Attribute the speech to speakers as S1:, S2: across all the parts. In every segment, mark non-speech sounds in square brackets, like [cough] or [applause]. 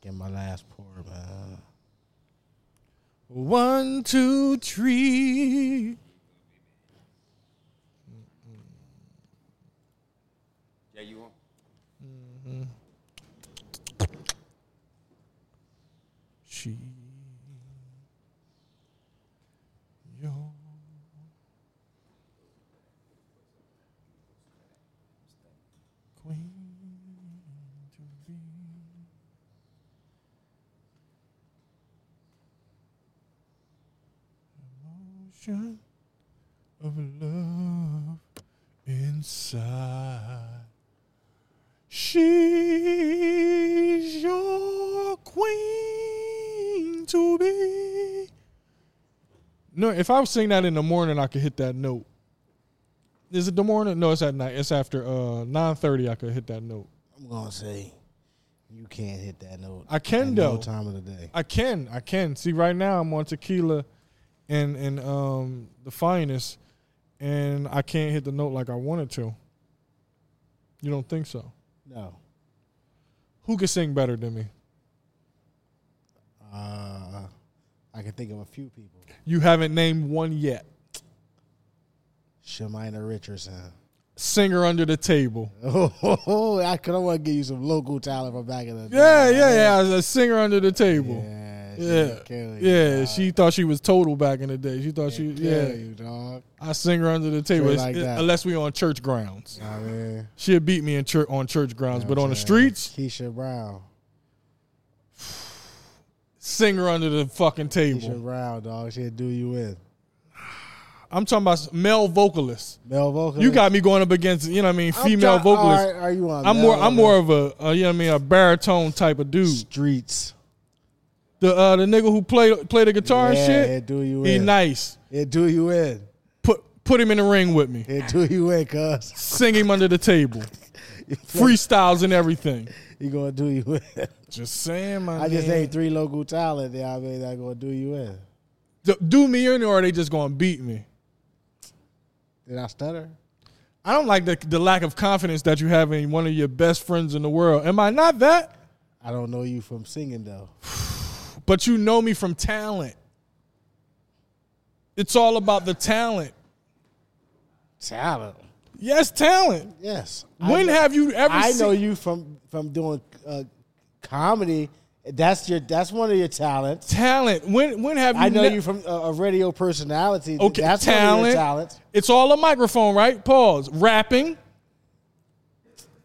S1: Get my last pour, man.
S2: One, two, three.
S3: Yeah, you want?
S2: She. Yo. Queen to be. Emotion of love inside. She's your queen to be. No, if I was sing that in the morning, I could hit that note. Is it the morning? No, it's at night. It's after uh nine thirty. I could hit that note.
S1: I'm gonna say, you can't hit that note.
S2: I can,
S1: at
S2: though.
S1: No time of the day.
S2: I can, I can. See, right now I'm on tequila, and and um the finest, and I can't hit the note like I wanted to. You don't think so?
S1: No.
S2: Who could sing better than me?
S1: Uh, I can think of a few people.
S2: You haven't named one yet.
S1: Shemina Richardson. [laughs]
S2: Singer under the table.
S1: Oh, I could. I want to give you some local talent from back in the day.
S2: Yeah, yeah, yeah. as A singer under the table.
S1: Yeah, she
S2: Yeah,
S1: could
S2: yeah.
S1: kill you, dog.
S2: she thought she was total back in the day. She thought she,
S1: She'd kill
S2: yeah.
S1: you, dog.
S2: I sing her under the table,
S1: Straight like
S2: It's-
S1: that.
S2: unless we on church grounds.
S1: Nah, man.
S2: She'll beat me in church on church grounds, but on the
S1: Yeah.
S2: streets,
S1: Keisha Brown.
S2: sing her under the fucking
S1: Keisha
S2: table.
S1: Brown, dog. She'd do you in.
S2: I'm talking about male vocalists.
S1: Male vocalist.
S2: You got me going up against, you know what I mean,
S1: I'm
S2: female
S1: try-
S2: vocalists.
S1: all right, are you on?
S2: I'm
S1: male
S2: more, I'm
S1: or
S2: more of a, a, you know what I mean, a baritone type of dude.
S1: streets.
S2: The uh, the nigga who played play the guitar
S1: yeah,
S2: and
S1: It do you
S2: shit, he
S1: in.
S2: nice.
S1: It do you in.
S2: Put put him in the ring with me.
S1: It do you in, cuz. [laughs]
S2: Sing him under the table. Freestyles and everything.
S1: He gonna do you in. [laughs]
S2: Just saying, my
S1: I just
S2: nigga.
S1: named three local talent. Yeah, I mean, that gonna do you in.
S2: Do- Do me in, or are they just gonna beat me?
S1: Did I stutter?
S2: I don't like the the lack of confidence that you have in one of your best friends in the world. Am I not that?
S1: I don't know you from singing though.
S2: But you know me from talent. It's all about the talent.
S1: Talent.
S2: Yes, talent.
S1: Yes. I
S2: When
S1: know,
S2: have you ever?
S1: I
S2: seen,
S1: know you from from doing uh, comedy. That's your. That's one of your talents.
S2: talent. When when have you?
S1: I know
S2: ne-
S1: you from a, a radio personality.
S2: Okay,
S1: that's one of
S2: talent.
S1: your talents.
S2: It's all a microphone, right? Pause. Rapping.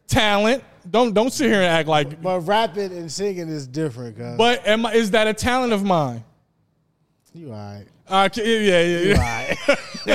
S2: Talent. Don't don't sit here and act like.
S1: But rapping and singing is different, cuz.
S2: But am I, is that a talent of mine?
S1: you all
S2: [laughs]
S1: right.
S2: Uh, yeah, yeah, yeah.
S1: You all right. [laughs]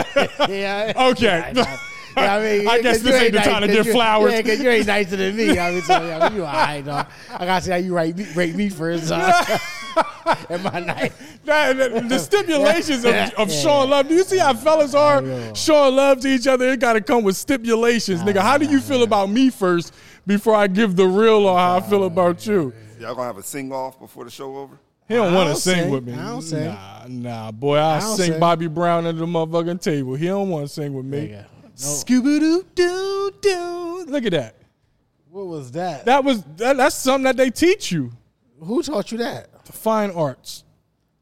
S1: yeah.
S2: [laughs] Okay.
S1: Yeah, I, mean,
S2: I guess
S1: cause
S2: this
S1: you
S2: ain't the time to give
S1: you-
S2: flowers.
S1: Yeah, cause you ain't nicer than me. I mean, so, yeah, you all right, dog. I gotta see how you rate me, rate me first. Huh? [laughs] Am I nice?
S2: That-
S1: [laughs]
S2: that- the stipulations of,
S1: Yeah.
S2: of showing love. Do you see how fellas are
S1: Yeah.
S2: showing love to each other? It got to come with stipulations, nigga. How do you feel about me first before I give the real on how I feel about you?
S3: Y'all gonna have a sing off before the show over?
S2: He don't
S1: I
S2: want to
S1: don't
S2: sing,
S1: sing.
S2: with me.
S1: I don't sing.
S2: Nah, nah, boy. I,
S1: don't
S2: sing
S1: sing.
S2: Bobby Brown under the motherfucking table. He don't want to sing with me.
S1: Nigga, no.
S2: Scooby doo doo doo. Look at that.
S1: What was that?
S2: That was that, that's something that they teach you.
S1: Who taught you that?
S2: The fine arts.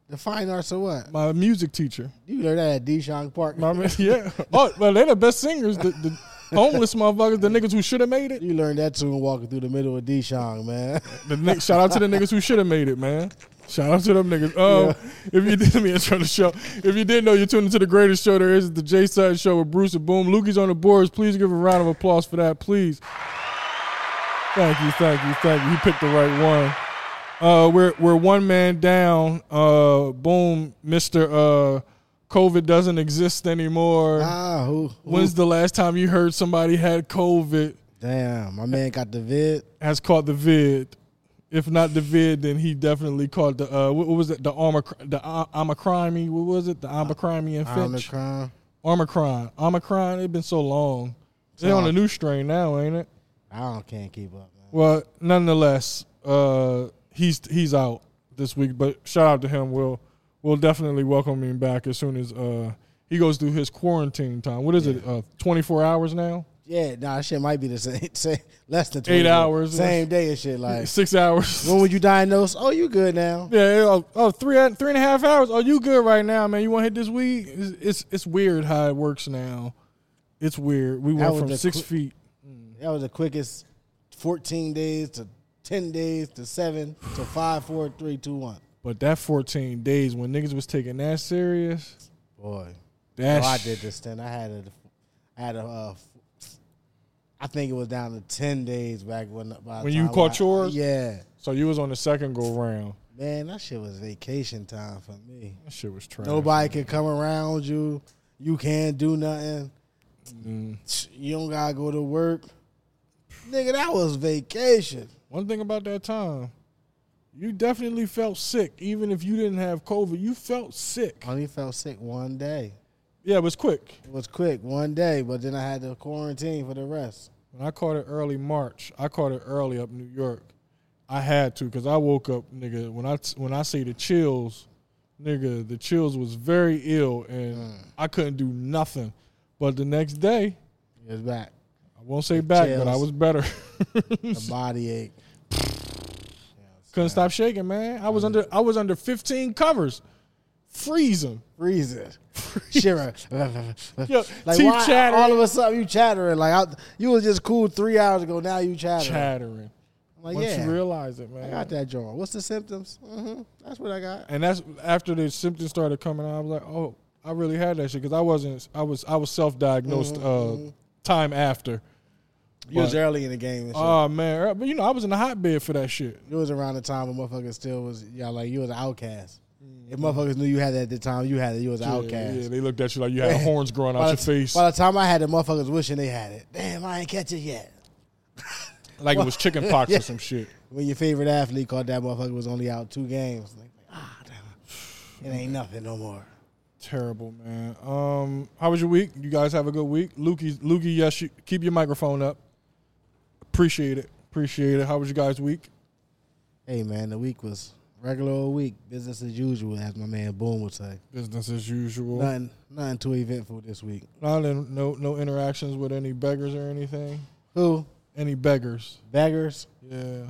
S1: The fine arts or what?
S2: My music teacher.
S1: You learned that at Deshong Park.
S2: I mean, [laughs] yeah. Oh, well, they're the best singers. The, the homeless motherfuckers, the niggas who should have made it.
S1: You learned that tune walking through the middle of Deshong, man. [laughs]
S2: The ni- shout out to the niggas who should have made it, man. Shout out to them niggas. Um, if you [laughs] didn't me intro the show, if you didn't know, you're tuning to the greatest show there is, the J Side Show with Bruce and Boom. Lukey's on the boards. Please give a round of applause for that, please. Thank you, thank you, thank you. He picked the right one. Uh, we're we're one man down. Uh, boom, Mister. Uh, COVID doesn't exist anymore.
S1: ah, who? who-
S2: When's the last time you heard somebody had COVID
S1: Damn, my man got the vid.
S2: has caught the vid? If not the vid, then he definitely caught the uh, what, what was it? The armor, the uh, omicron. What was it? The omicron infection.
S1: Omicron.
S2: Omicron, omicron. It's been so long. They on a new strain now, ain't it?
S1: I don't can't keep up, man.
S2: Well, nonetheless, uh, he's he's out this week. But shout out to him. We'll we'll definitely welcome him back as soon as uh, he goes through his quarantine time. What is it? Uh, Twenty four hours now.
S1: Yeah, nah, shit might be the same. [laughs] same less than
S2: 8
S1: 20.
S2: hours.
S1: Same day and shit.
S2: [laughs]
S1: Like,
S2: Six hours.
S1: when would you diagnose? Oh, you good now.
S2: Yeah, yeah, oh, oh, three three and a half hours. Oh, you good right now, man? You want to hit this weed? It's, it's it's weird how it works now. It's weird. We
S1: That
S2: went
S1: was
S2: from
S1: the
S2: six
S1: cl-
S2: feet.
S1: That was the quickest 14 days to 10 days to 7 to 5, 4, 3, 2, 1.
S2: But that 14 days when niggas was taking that serious,
S1: Boy.
S2: that
S1: oh, I
S2: sh-
S1: did this then. I had a, I had a, uh, f- I think it was down to 10 days back when. By the
S2: When you
S1: time
S2: caught
S1: I-
S2: yours?
S1: Yeah.
S2: So you was on the second go round.
S1: Man, that shit was vacation time for me.
S2: That shit was trash.
S1: Nobody can come around you. You can't do nothing. You don't gotta go to work. Nigga, that was vacation.
S2: One thing about that time, you definitely felt sick, even if you didn't have COVID. You felt sick.
S1: I only felt sick one day.
S2: Yeah, it was quick.
S1: It was quick, one day, but then I had to quarantine for the rest.
S2: When I caught it early March, I caught it early up New York. I had to because I woke up, nigga. When I when I say the chills, nigga, the chills was very ill, and
S1: Mm.
S2: I couldn't do nothing. But the next day,
S1: It was back.
S2: I won't say back, but I
S1: chills.
S2: was better. [laughs]
S1: The [laughs] body ache.
S2: couldn't stop shaking, man. I was under I was under 15 covers,
S1: [laughs]
S2: freezing.
S1: Freezing. Shiver. [laughs]
S2: Yo,
S1: like
S2: teeth
S1: why
S2: chattering.
S1: all of a sudden you chattering. Like I, you was just cool three hours ago. Now you chattering.
S2: chattering.
S1: I'm like,
S2: Once
S1: yeah.
S2: you realize it, man.
S1: I got that joint. What's the symptoms? hmm That's what I got.
S2: And that's after the symptoms started coming out. I was like, oh, I really had that shit because I wasn't. I was. I was self-diagnosed
S1: Mm-hmm,
S2: uh, time after.
S1: You was
S2: But-
S1: early in the game. And shit.
S2: Oh man, but you know, I was in the hotbed for that shit.
S1: It was around the time when motherfuckers still was y'all like you was an outcast. If motherfuckers knew you had that at the time, you had it. You was an
S2: Mm-hmm. Yeah,
S1: outcast.
S2: yeah, they looked at you like
S1: [laughs]
S2: you had horns growing out
S1: By
S2: your
S1: the, t-
S2: face,
S1: by the time I had it, motherfuckers wishing they had it. Damn, I ain't catch it yet. [laughs]
S2: like it was chicken pox or some shit.
S1: When your favorite athlete caught that motherfucker was only out two games. Like, ah, damn, it ain't nothing no more.
S2: Terrible, man. Um, how was your week? You guys have a good week, Lukey. Lukey, yes, you, keep your microphone up. Appreciate it. Appreciate it. How was your guys' week?
S1: Hey man, the week was regular old week, business as usual, as my man Boom would say.
S2: Business as usual.
S1: Nothing, nothing too eventful this week.
S2: Not in, no no interactions with any beggars or anything.
S1: Who?
S2: Any beggars?
S1: Beggars.
S2: Yeah.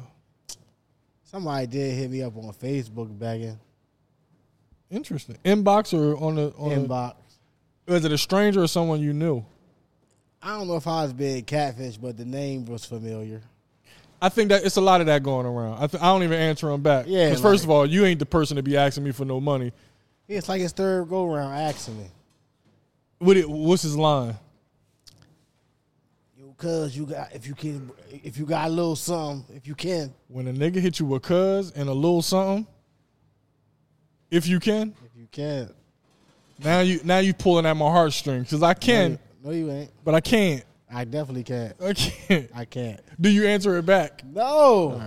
S1: Somebody did hit me up on Facebook begging
S2: Interesting. Inbox or on the on the-
S1: inbox.
S2: was it a stranger or someone you knew?
S1: I don't know if I was being catfish, but the name was familiar.
S2: I think that it's a lot of that going around. I, th- I don't even answer them back.
S1: Yeah,
S2: Because first
S1: like-
S2: of all, you ain't the person to be asking me for no money.
S1: It's like his third go round asking me,
S2: What it, what's his line?
S1: "Yo, cuz you got if you can if you got a little something if you can
S2: When a nigga hit you with cuz and a little something, if you can,
S1: if you can."
S2: now you now you pulling at my heartstrings because I can,
S1: No, you ain't.
S2: but I can't.
S1: I definitely can't.
S2: I can't. [laughs]
S1: I can't.
S2: Do you answer it back?
S1: No.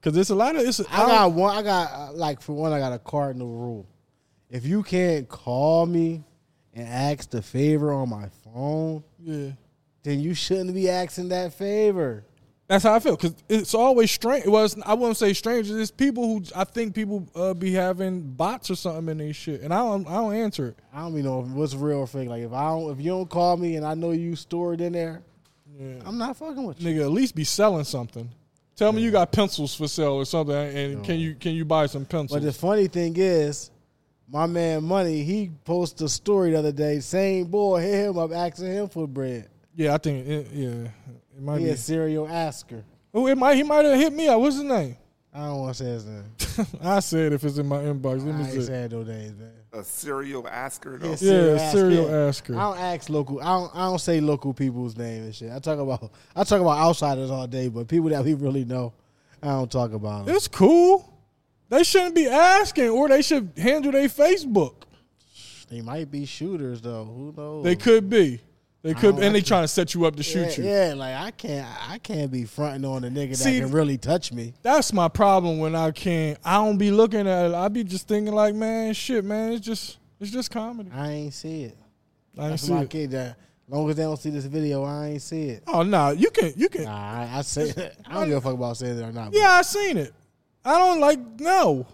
S2: Because it's a lot of it's. I,
S1: I
S2: don't-
S1: got one. I got uh, like for one. I got a cardinal rule. If you can't call me and ask the favor on my phone,
S2: yeah.
S1: then you shouldn't be asking that favor.
S2: That's how I feel because it's always strange. Well, it's, I wouldn't say strangers. It's people who I think people uh, be having bots or something in their shit, and I don't, I don't answer it.
S1: I don't even know if what's real or fake. Like if I don't, if you don't call me and I know you stored in there,
S2: Yeah.
S1: I'm not fucking with you.
S2: Nigga, at least be selling something. Tell me you got pencils for sale or something, and can you can you buy some pencils?
S1: But the funny thing is, my man Money, he posted a story the other day. Same boy hit him up asking him for bread.
S2: yeah, I think it, yeah, it might
S1: He
S2: be.
S1: a serial asker.
S2: Oh, it might he might have hit me. up. What's his name? [laughs]
S1: I don't want to say his name.
S2: I said if it's in my inbox, let
S1: I
S2: me
S1: ain't
S2: see.
S1: saying no names, man.
S3: A serial asker, though.
S1: Yeah,
S2: Yeah,
S1: ask-
S2: serial
S1: yeah.
S2: asker.
S1: I don't ask local. I don't. I don't say local people's name and shit. I talk about. I talk about outsiders all day, but people that we really know, I don't talk about. 'em.
S2: It's cool. They shouldn't be asking, or they should handle their Facebook.
S1: They might be shooters though. Who knows?
S2: They could be. They
S1: I
S2: could,
S1: don't
S2: and they
S1: like
S2: trying to set you up
S1: Yeah,
S2: to shoot you.
S1: yeah, like I can't. I can't be fronting on a nigga
S2: See-
S1: that can really touch me.
S2: That's my problem when I can't. I don't be looking at it. I be just thinking like, man, shit, man. It's just, it's just comedy.
S1: I ain't see it.
S2: I ain't
S1: That's
S2: see
S1: why I
S2: it.
S1: kid that. Long as they don't see this video, I ain't see it.
S2: Oh no, you can, you can.
S1: Nah, I, I say. [laughs] I don't give a fuck about saying it or not. but
S2: Yeah, I seen it. I don't like no,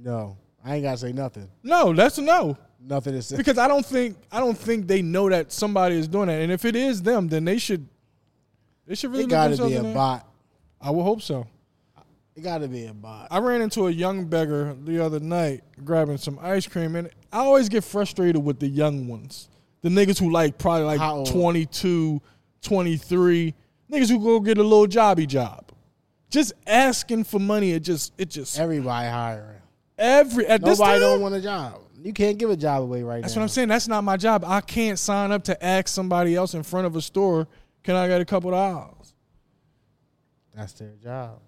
S1: No, I ain't gotta say nothing.
S2: no. That's
S1: [laughs]
S2: a no
S1: Nothing is.
S2: because I don't think I don't think they know that somebody is doing that. And if it is them, then they should They should really
S1: It
S2: look
S1: gotta
S2: themselves
S1: be a
S2: in the-
S1: bot.
S2: I would hope so.
S1: It gotta be a bot.
S2: I ran into a young beggar the other night grabbing some ice cream, and I always get frustrated with the young ones. The niggas who like probably
S1: How
S2: like
S1: old?
S2: 22, 23, niggas who go get a little jobby job. Just asking for money, it just, it just,
S1: Everybody hiring.
S2: every, at this
S1: Nobody
S2: time,
S1: don't want a job. You can't give a job away right
S2: that's
S1: now.
S2: what I'm saying. That's not my job. I can't sign up to ask somebody else in front of a store, can I get a couple of dollars?
S1: That's their job.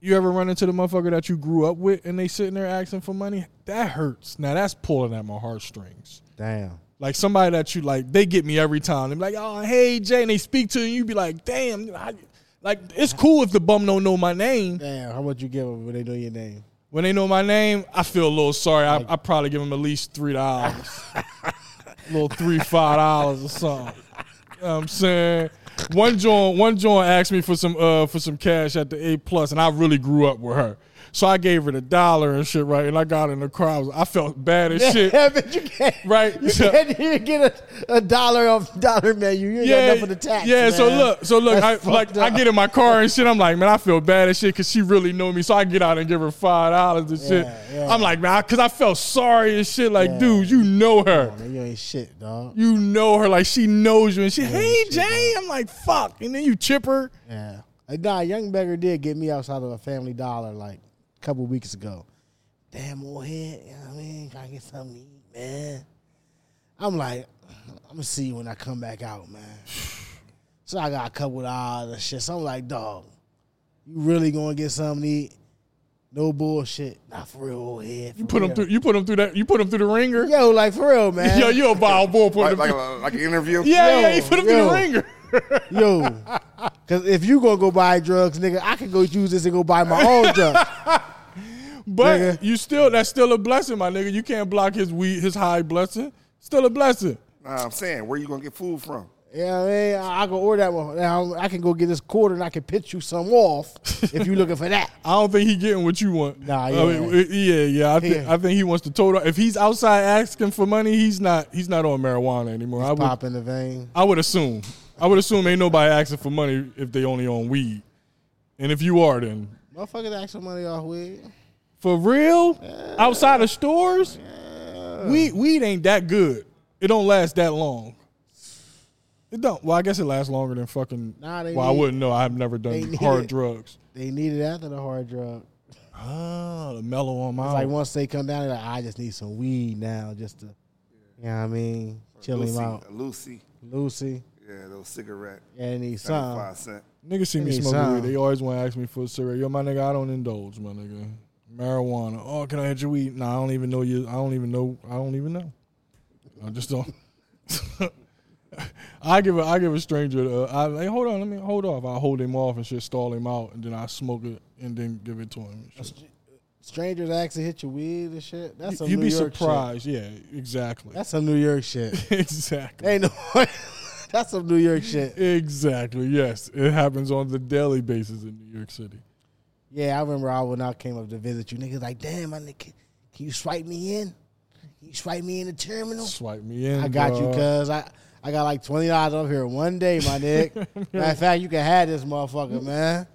S2: You ever run into the motherfucker that you grew up with and they sitting there asking for money? That hurts. Now that's pulling at my heartstrings.
S1: Damn.
S2: Like somebody that you like, they get me every time. They're like, oh, hey, Jay. And they speak to you, you be like, damn. I, like, it's cool if the bum don't know my name.
S1: Damn. How much you give them when they know your name?
S2: When they know my name, I feel a little sorry. I, I probably give them at
S1: [laughs]
S2: least $3. a little three, five dollars or something. You know what I'm saying? One joint, one joint asked me for some uh for some cash at the A plus, and I really grew up with her. So I gave her the dollar and shit, right? And I got in the car. I, was- I felt bad
S1: [laughs]
S2: as
S1: [laughs]
S2: shit.
S1: Yeah, but you can't. [laughs]
S2: Right,
S1: You
S2: so-
S1: can't even get a, a dollar off dollar menu. You ain't got enough for the tax.
S2: [laughs] Yeah, so
S1: man.
S2: look, so look, I
S1: That's
S2: like
S1: fucked
S2: I
S1: up.
S2: get in my car and shit. I'm like, man, I feel bad and shit because she really know me. So I get out and give her five dollars and shit.
S1: yeah.
S2: I'm like, man, because I felt sorry and shit. Like,
S1: Yeah.
S2: dude, you know her.
S1: Oh, Man, you ain't shit, dog.
S2: You know her. Like she knows you and she, hey
S1: shit,
S2: Jay. I'm like, fuck. And then you chip her.
S1: Yeah. Like, nah, Young Beggar did get me outside of a family dollar like a couple weeks ago. Damn, old head. You know what I mean? Gotta get something to eat, man. I'm like, I'm gonna see you when I come back out, man. [sighs] So I got a couple of dollars and shit. So I'm like, dog, you really gonna get something to eat? No bullshit. Not for real, old head.
S2: You put them through. You put them through that. You put them through the ringer.
S1: Yo, like for real, man.
S2: [laughs] Yo, you a wild boy.
S3: [laughs]
S2: Put
S3: Like,
S2: them
S3: like,
S2: through-
S3: like an interview?
S2: yeah,
S1: yo,
S2: yeah. You put them through
S1: yo.
S2: the ringer.
S1: Yo, because if you gonna go buy drugs, nigga, I can go use this and go buy my own drugs. [laughs]
S2: But
S1: Nigga.
S2: you still, that's still a blessing, my nigga. You can't block his weed, his high blessing. Still a blessing.
S3: Nah, I'm saying, where you gonna get food from?
S1: Yeah, I mean, I, I can order that one. Now I can go get this quarter and I can pitch you some off if you looking for that.
S2: I don't think he getting what you want.
S1: Nah,
S2: I
S1: yeah.
S2: mean, it- yeah, yeah. I think
S1: Yeah.
S2: I think he wants to total. If he's outside asking for money, he's not. He's not on marijuana anymore. I would.
S1: [laughs] Pop in the vein.
S2: I would assume. I would assume ain't nobody asking for money if they only on weed. And if you are, then
S1: Motherfuckers ask for money off weed.
S2: for real, outside of stores, weed weed ain't that good. It don't last that long. It don't. Well, I guess it lasts longer than fucking.
S1: Nah, they
S2: well, I
S1: need-
S2: wouldn't know. I've never
S1: they
S2: done
S1: need
S2: hard
S1: it.
S2: drugs.
S1: They need it after the hard drug.
S2: Ah, the mellow on my.
S1: Oh. It's like once they come down, they're like, I just need some weed now just to, you know what I mean, chill him
S3: Lucy,
S1: out.
S3: Lucy.
S1: Lucy,
S3: Yeah, little cigarette.
S1: yeah, I need some.
S3: Seventy-five cent.
S2: Niggas see me
S1: Give me
S2: smoking
S1: some.
S2: weed. They always want to ask me for a cigarette. Yo, my nigga, I don't indulge, my nigga. Marijuana. Oh, can I hit your weed? Nah, I don't even know you. I don't even know. I don't even know. I just don't. [laughs] I give a I give a stranger. Uh, I like, hold on. Let me hold off. I hold him off and shit, stall him out, and then I smoke it and then give it to him. and shit.
S1: Strangers ask to hit your weed and shit. That's some
S2: You'd
S1: New
S2: be
S1: York shit.
S2: surprised. Yeah, exactly.
S1: That's some New York shit.
S2: [laughs] exactly.
S1: Ain't no. [laughs] That's some New York shit.
S2: Exactly. Yes, it happens on the daily basis in New York City.
S1: Yeah, I remember I when I came up to visit you, niggas like, damn, my nigga, can you swipe me in? Can you swipe me in the terminal?
S2: Swipe me in.
S1: I got you,
S2: dawg.
S1: cuz I, I got like twenty dollars up here one day, my
S2: [laughs]
S1: nigga. Matter of fact, you can have this motherfucker, man.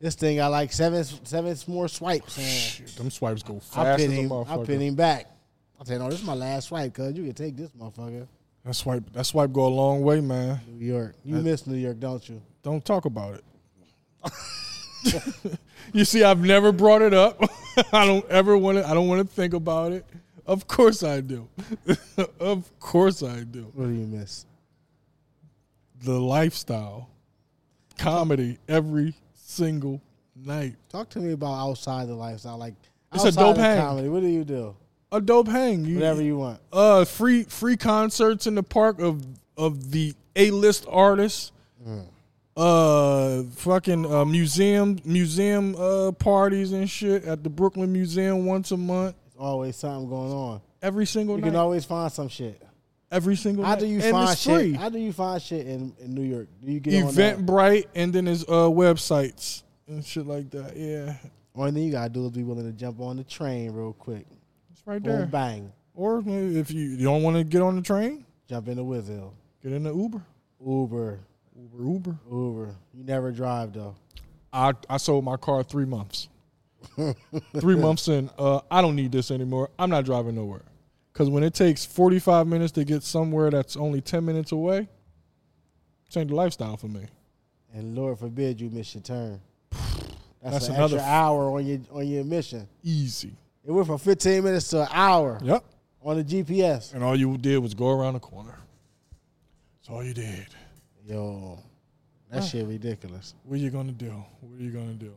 S1: This thing got like seven seven more swipes. Man.
S2: Shit, them swipes go
S1: I
S2: fast
S1: pin
S2: as a
S1: him, I pin
S2: motherfucker.
S1: him back. I said, no, this is my last swipe, cuz you can take this motherfucker.
S2: That swipe, that swipe go a long way, man.
S1: New York. You miss New York, don't you?
S2: Don't talk about it. [laughs] you see, I've never brought it up. [laughs] I don't ever want to. I don't want to think about it. Of course I do. [laughs] of course I do.
S1: What do you miss?
S2: The lifestyle, comedy every single night.
S1: Talk to me about outside the lifestyle. Like
S2: It's a
S1: outside
S2: dope
S1: of
S2: hang.
S1: comedy. What do you do?
S2: A dope hang. You,
S1: Whatever you want.
S2: uh free free concerts in the park of of the A list artists.
S1: Mm.
S2: Uh, fucking uh, museum museum uh parties and shit at the Brooklyn Museum once a month,
S1: There's always something going on.
S2: every single
S1: You
S2: night,
S1: can always find some shit.
S2: every single
S1: How
S2: night.
S1: do you
S2: and
S1: find
S2: it's
S1: shit?
S2: free.
S1: How do you find shit in, in New York? Do you get on that?
S2: Eventbrite and then his uh websites and shit like that. Yeah,
S1: Only thing you gotta do is be willing to jump on the train real quick.
S2: it's right
S1: Boom,
S2: there.
S1: bang,
S2: Or if you, you don't want to get on the train,
S1: jump in the Wizzo,
S2: get in the Uber.
S1: Uber.
S2: Uber, Uber.
S1: Uber. You never drive though.
S2: I, I sold my car three months. three months in, uh, I don't need this anymore. I'm not driving nowhere. Because when it takes 45 minutes to get somewhere that's only 10 minutes away, change the lifestyle for me.
S1: And Lord forbid you miss your turn. That's,
S2: That's
S1: an
S2: another
S1: extra
S2: f-
S1: hour on your on your mission.
S2: Easy.
S1: It went from 15 minutes to an hour
S2: Yep.
S1: on the GPS.
S2: And all you did was go around the corner. That's all you did.
S1: Yo, that shit ridiculous.
S2: What are you going to do? What are you going to do?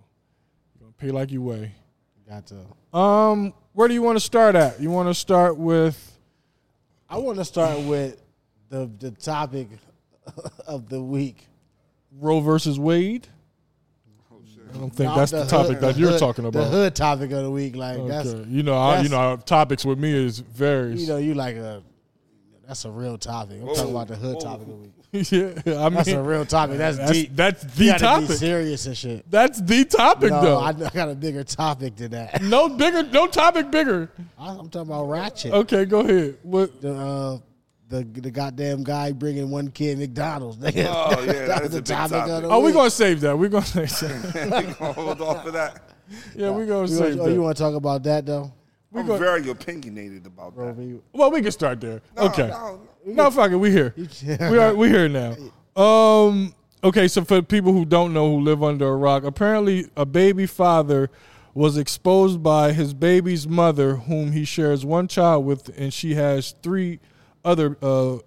S2: You're going to pay like you weigh.
S1: Got to.
S2: Um, where do you want to start at? You want to start with
S1: I want to start with the the topic [laughs] of the week.
S2: Roe versus Wade?
S3: Oh,
S2: I don't think that's the, topic that
S1: [laughs]
S2: you're talking
S1: The
S2: about.
S1: hood topic of the week, like that's
S2: Okay. You know, I, you
S1: that's-
S2: know, topics with me is varies.
S1: you know you like a that's a real topic. I'm talking about the hood topic of the week.
S2: [laughs] yeah, I mean,
S1: That's a real topic. That's,
S2: that's,
S1: deep.
S2: that's
S1: You
S2: the
S1: gotta Be
S2: topic.
S1: serious and shit.
S2: That's the topic,
S1: No,
S2: though.
S1: I, I got a bigger topic than that.
S2: no bigger, no topic bigger.
S1: I, I'm talking about Ratchet.
S2: Okay, go ahead. What?
S1: The, uh, the the goddamn guy bringing one kid McDonald's.
S2: [laughs]
S1: nigga.
S3: Oh, yeah,
S1: That
S3: that
S1: was
S3: is a big topic.
S2: Oh, we're
S1: week.
S2: gonna save that. We're gonna [laughs] save
S1: [laughs]
S2: that.
S3: [laughs] we gonna hold off for that.
S2: Yeah, we're gonna
S1: You
S2: save
S1: want, oh, you
S2: that.
S1: want to talk about that though?
S2: We
S3: I'm
S2: go-
S3: very opinionated about that.
S2: Well, we can start there.
S3: No,
S2: okay.
S3: no,
S2: No, fuck it. We here. [laughs] we are. We here now. Um. Okay. So for people who don't know who live under a rock, apparently a baby father was exposed by his baby's mother, whom he shares one child with, and she has three other uh,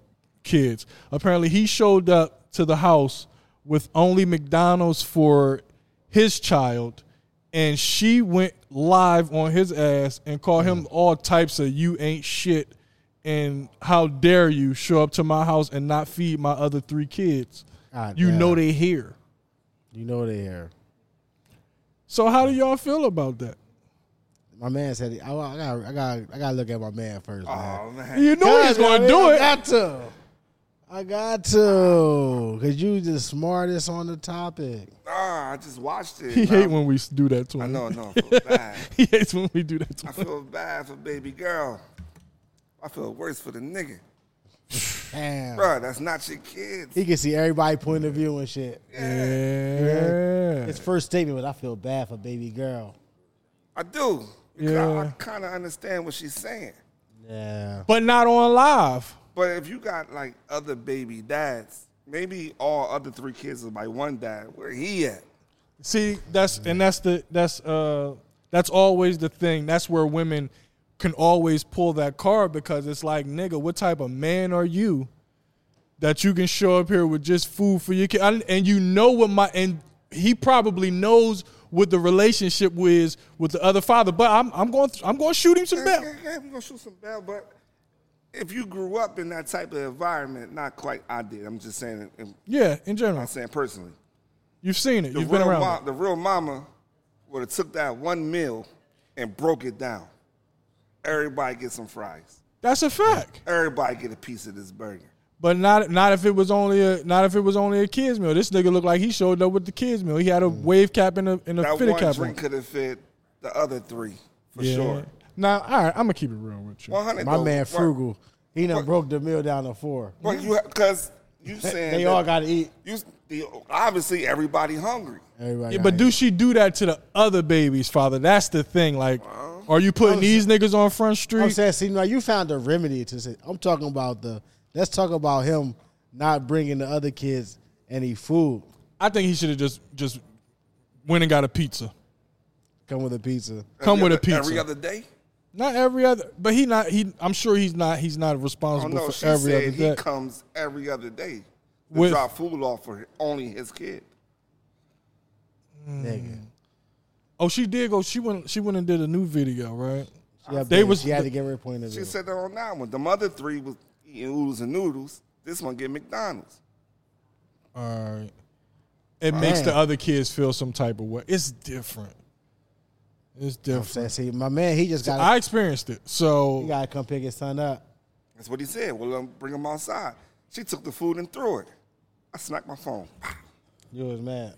S2: kids. Apparently, he showed up to the house with only McDonald's for his child, and she went live on his ass and called him all types of "you ain't shit" and "how dare you show up to my house and not feed my other three kids."
S1: God
S2: you
S1: damn.
S2: know they here.
S1: You know they here.
S2: So how do y'all feel about that?
S1: My man said, I, I got, I got, I got to look at my man first. Man.
S3: Oh man,
S2: You know he's
S1: God,
S2: going to
S1: man,
S2: do
S1: I
S2: it.
S1: got to. I got to, cause you the smartest on the topic.
S3: ah, I just watched it.
S2: [laughs] He
S3: and
S2: hate
S3: I'm-
S2: when we s- do that to him.
S3: I know, I know. I feel bad.
S2: [laughs] He hates when we do that to
S3: I
S2: him.
S3: feel bad for baby girl. I feel worse for the nigga,
S1: Damn.
S3: Bruh, That's not your kids.
S1: He can see everybody point of view and shit.
S2: Yeah.
S1: His first statement was, "I feel bad for baby girl."
S3: I do. Because I, I
S2: Yeah.
S3: kind of understand what she's saying.
S1: Yeah.
S2: But not on live.
S3: But if you got like other baby dads, maybe all other three kids is by one dad. Where he at?
S2: See, that's and that's the that's uh that's always the thing. That's where women can always pull that card because it's like, nigga, what type of man are you that you can show up here with just food for your kid? I, and you know what my and he probably knows what the relationship is with the other father. But I'm I'm going I'm going to shoot him some
S3: Yeah,
S2: bell.
S3: yeah, yeah, I'm gonna shoot some bell, but if you grew up in that type of environment, not quite I did. I'm just saying. I'm
S2: Yeah, in general,
S3: not saying personally.
S2: you've seen it.
S3: The
S2: You've
S3: real
S2: been around.
S3: ma-
S2: it.
S3: the real mama would have took that one meal and broke it down. Everybody get some fries.
S2: That's a fact.
S3: Everybody get a piece of this burger.
S2: But not not if it was only a not if it was only a kids meal. This nigga looked like he showed up with the kids meal. He had a wave cap and a and a
S3: Mm. That
S2: fitted
S3: one
S2: cap.
S3: drink
S2: on.
S3: could have fed the other three for
S2: Yeah.
S3: sure.
S2: Now, all right, I'm gonna keep it real with you.
S3: One hundred.
S1: My man Frugal, he done broke the meal down to four.
S3: But you because you saying
S1: They
S3: that
S1: all got to eat.
S3: you the- obviously everybody hungry.
S1: Everybody.
S2: Yeah,
S1: gotta
S2: but do
S1: eat.
S2: she do that to the other babies, father? That's the thing. Like, are you putting these niggas on front
S1: I'm
S2: street?
S1: saying, see, now you found a remedy to say. I'm talking about the. Let's talk about him not bringing the other kids any food.
S2: I think he should have just just went and got a pizza.
S1: Come with a pizza.
S2: Come
S3: Every
S2: with a
S3: other-
S2: pizza.
S3: every other day.
S2: Not every other, but he not he. I'm sure he's not he's not
S3: Oh
S2: responsible
S3: no,
S2: for
S3: she
S2: every
S3: said
S2: other
S3: he
S2: day.
S3: comes every other day to
S2: With-
S3: drop food off for only his kid.
S2: Mm.
S1: Nigga.
S2: oh, she did go. She went she went and did a new video, right?
S1: She had,
S2: They was-
S1: she had to give her a point of
S3: She
S1: view.
S3: said that on that one. The mother three was eating oodles and noodles. This one get McDonald's.
S2: All right. It makes
S1: Man.
S2: the other kids feel some type of way. It's different. It's
S1: I'm
S2: different.
S1: saying, see, my man, he just got
S2: I experienced it.
S1: [laughs] he
S2: So
S1: got to come pick his son up.
S3: That's what he said. Well, um, bring him outside. She took the food and threw it. I smacked my phone.
S1: You was mad.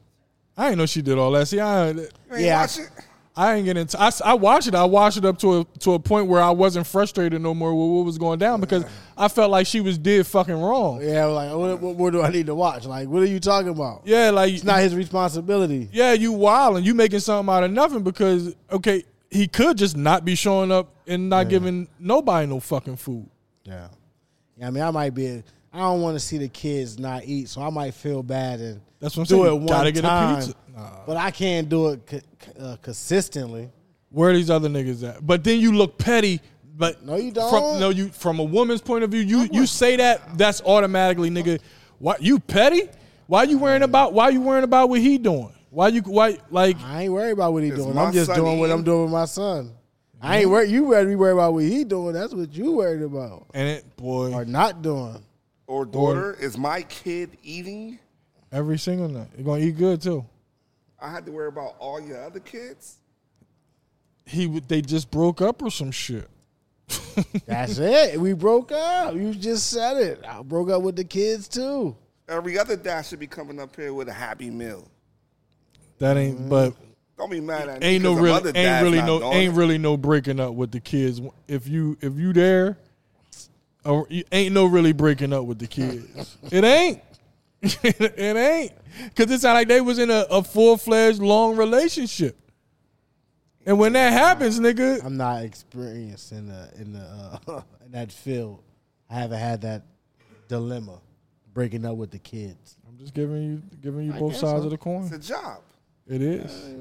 S2: [laughs] I didn't know she did all that. See, I
S3: You ain't
S1: Yeah.
S3: watch it.
S2: I ain't getting. T- I, s- I watched it. I watched it up to a to a point where I wasn't frustrated no more with what was going down because I felt like she was did fucking wrong.
S1: Yeah, like what, what more do I need to watch? Like, what are you talking about?
S2: Yeah, like
S1: It's not his responsibility.
S2: yeah, you wild and you making something out of nothing because okay, he could just not be showing up and not giving nobody no fucking food.
S1: Yeah. Yeah, I mean, I might be. I don't want to see the kids not eat, so I might feel bad and
S2: That's what I'm
S1: do
S2: saying.
S1: it
S2: You
S1: one
S2: gotta get a
S1: time.
S2: pizza. Nah.
S1: But I can't do it co- co- uh, consistently.
S2: Where are these other niggas at? But then you look petty. But
S1: No, you
S2: From,
S1: don't.
S2: no, you from a woman's point of view, you you say that that's automatically, nigga. Why you petty? Why you worrying about? Why you worrying about what he doing? Why you why like?
S1: I ain't worried about what he doing.
S3: my
S1: I'm just
S3: son
S1: doing what I'm
S3: eating?
S1: doing with my son. I ain't worried. You better be worried about what he doing. That's what you worried about
S2: And it boy,
S1: or not doing.
S3: Or daughter, is my kid eating?
S2: every single night you're gonna eat good too.
S3: I had to worry about all your other kids.
S2: He would- they just broke up or some shit.
S1: That's [laughs] it. We broke up. You just said it. I broke up with the kids too.
S3: Every other dad should be coming up here with a happy meal.
S2: That ain't but
S3: Don't be mad at me.
S2: ain't no
S3: 'cause
S2: really
S3: other
S2: ain't
S3: dads
S2: really
S3: not
S2: no
S3: doing
S2: ain't
S3: it.
S2: really no breaking up with the kids if you if you there or you ain't no really breaking up with
S3: [laughs]
S2: the kids it ain't [laughs] it ain't because it's not like they was in a, a full-fledged long relationship and when that happens nigga
S1: I'm not experienced in the in the uh, [laughs] in that field. I haven't had that dilemma breaking up with the kids.
S2: i'm just giving you giving you both sides of the
S3: It's
S2: coin
S3: a job.
S1: [laughs]
S2: it is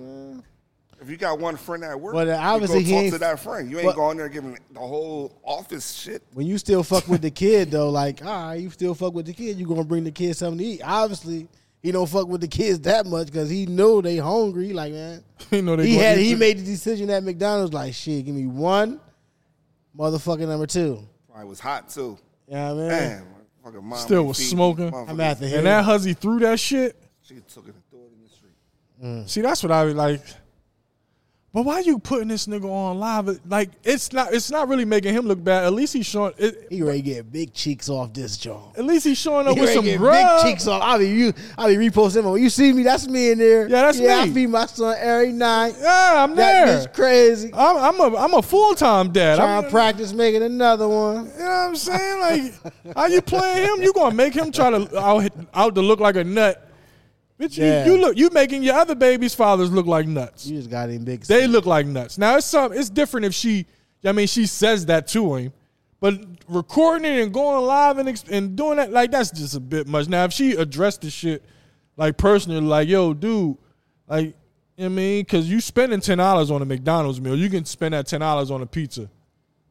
S2: [laughs]
S3: If you got one friend at work,
S1: Well, then obviously
S3: you
S1: he
S3: go talk
S1: ain't-
S3: to that friend. You ain't
S1: Well-
S3: going there giving the whole office shit.
S1: When you still fuck with the
S2: [laughs]
S1: kid though, like all right, you still fuck with the kid. You gonna bring the kid something to eat? Obviously, he don't fuck with the kids that much because he know they hungry. Like man,
S2: you know they
S1: he
S2: gonna
S1: had
S2: eat
S1: he
S2: the-
S1: made the decision at McDonald's. Like shit, give me one motherfucking number two.
S3: I was hot too.
S1: You know what I mean?
S3: Damn, my fucking mom
S2: Still
S3: be
S2: was
S3: feeding
S2: smoking.
S3: motherfuckers.
S1: I'm after him.
S2: and that huzzy threw that shit
S3: She took it and threw it in the street.
S2: See, that's what I was like. But why you putting this nigga on live? Like, it's not it's not really making him look bad. At least he's showing. It,
S1: he ready to get big cheeks off this joint.
S2: at least he's showing up
S1: You
S2: with
S1: ain't
S2: some
S1: get
S2: grub.
S1: big cheeks off. I be you. I be reposting them. You see me? That's me in there.
S2: Yeah, that's
S1: yeah,
S2: me.
S1: I feed my son every night.
S2: Yeah, I'm
S1: That
S2: there.
S1: bitch crazy.
S2: I'm, I'm a I'm a full time dad.
S1: Trying
S2: I'm,
S1: to practice making another one.
S2: you know what I'm saying? Like, how you playing him? You gonna make him try to out out to look like a nut? Bitch,
S1: Yeah.
S2: you, you look you making your other baby's fathers look like nuts.
S1: You just got him big.
S2: they look like nuts. Now it's some it's different if she I mean she says that to him, but recording it and going live and ex- and doing that like that's just a bit much. Now if she addressed the shit like personally like yo dude like you know what I mean cuz you spending $10 on a McDonald's meal, you can spend that $10 on a pizza.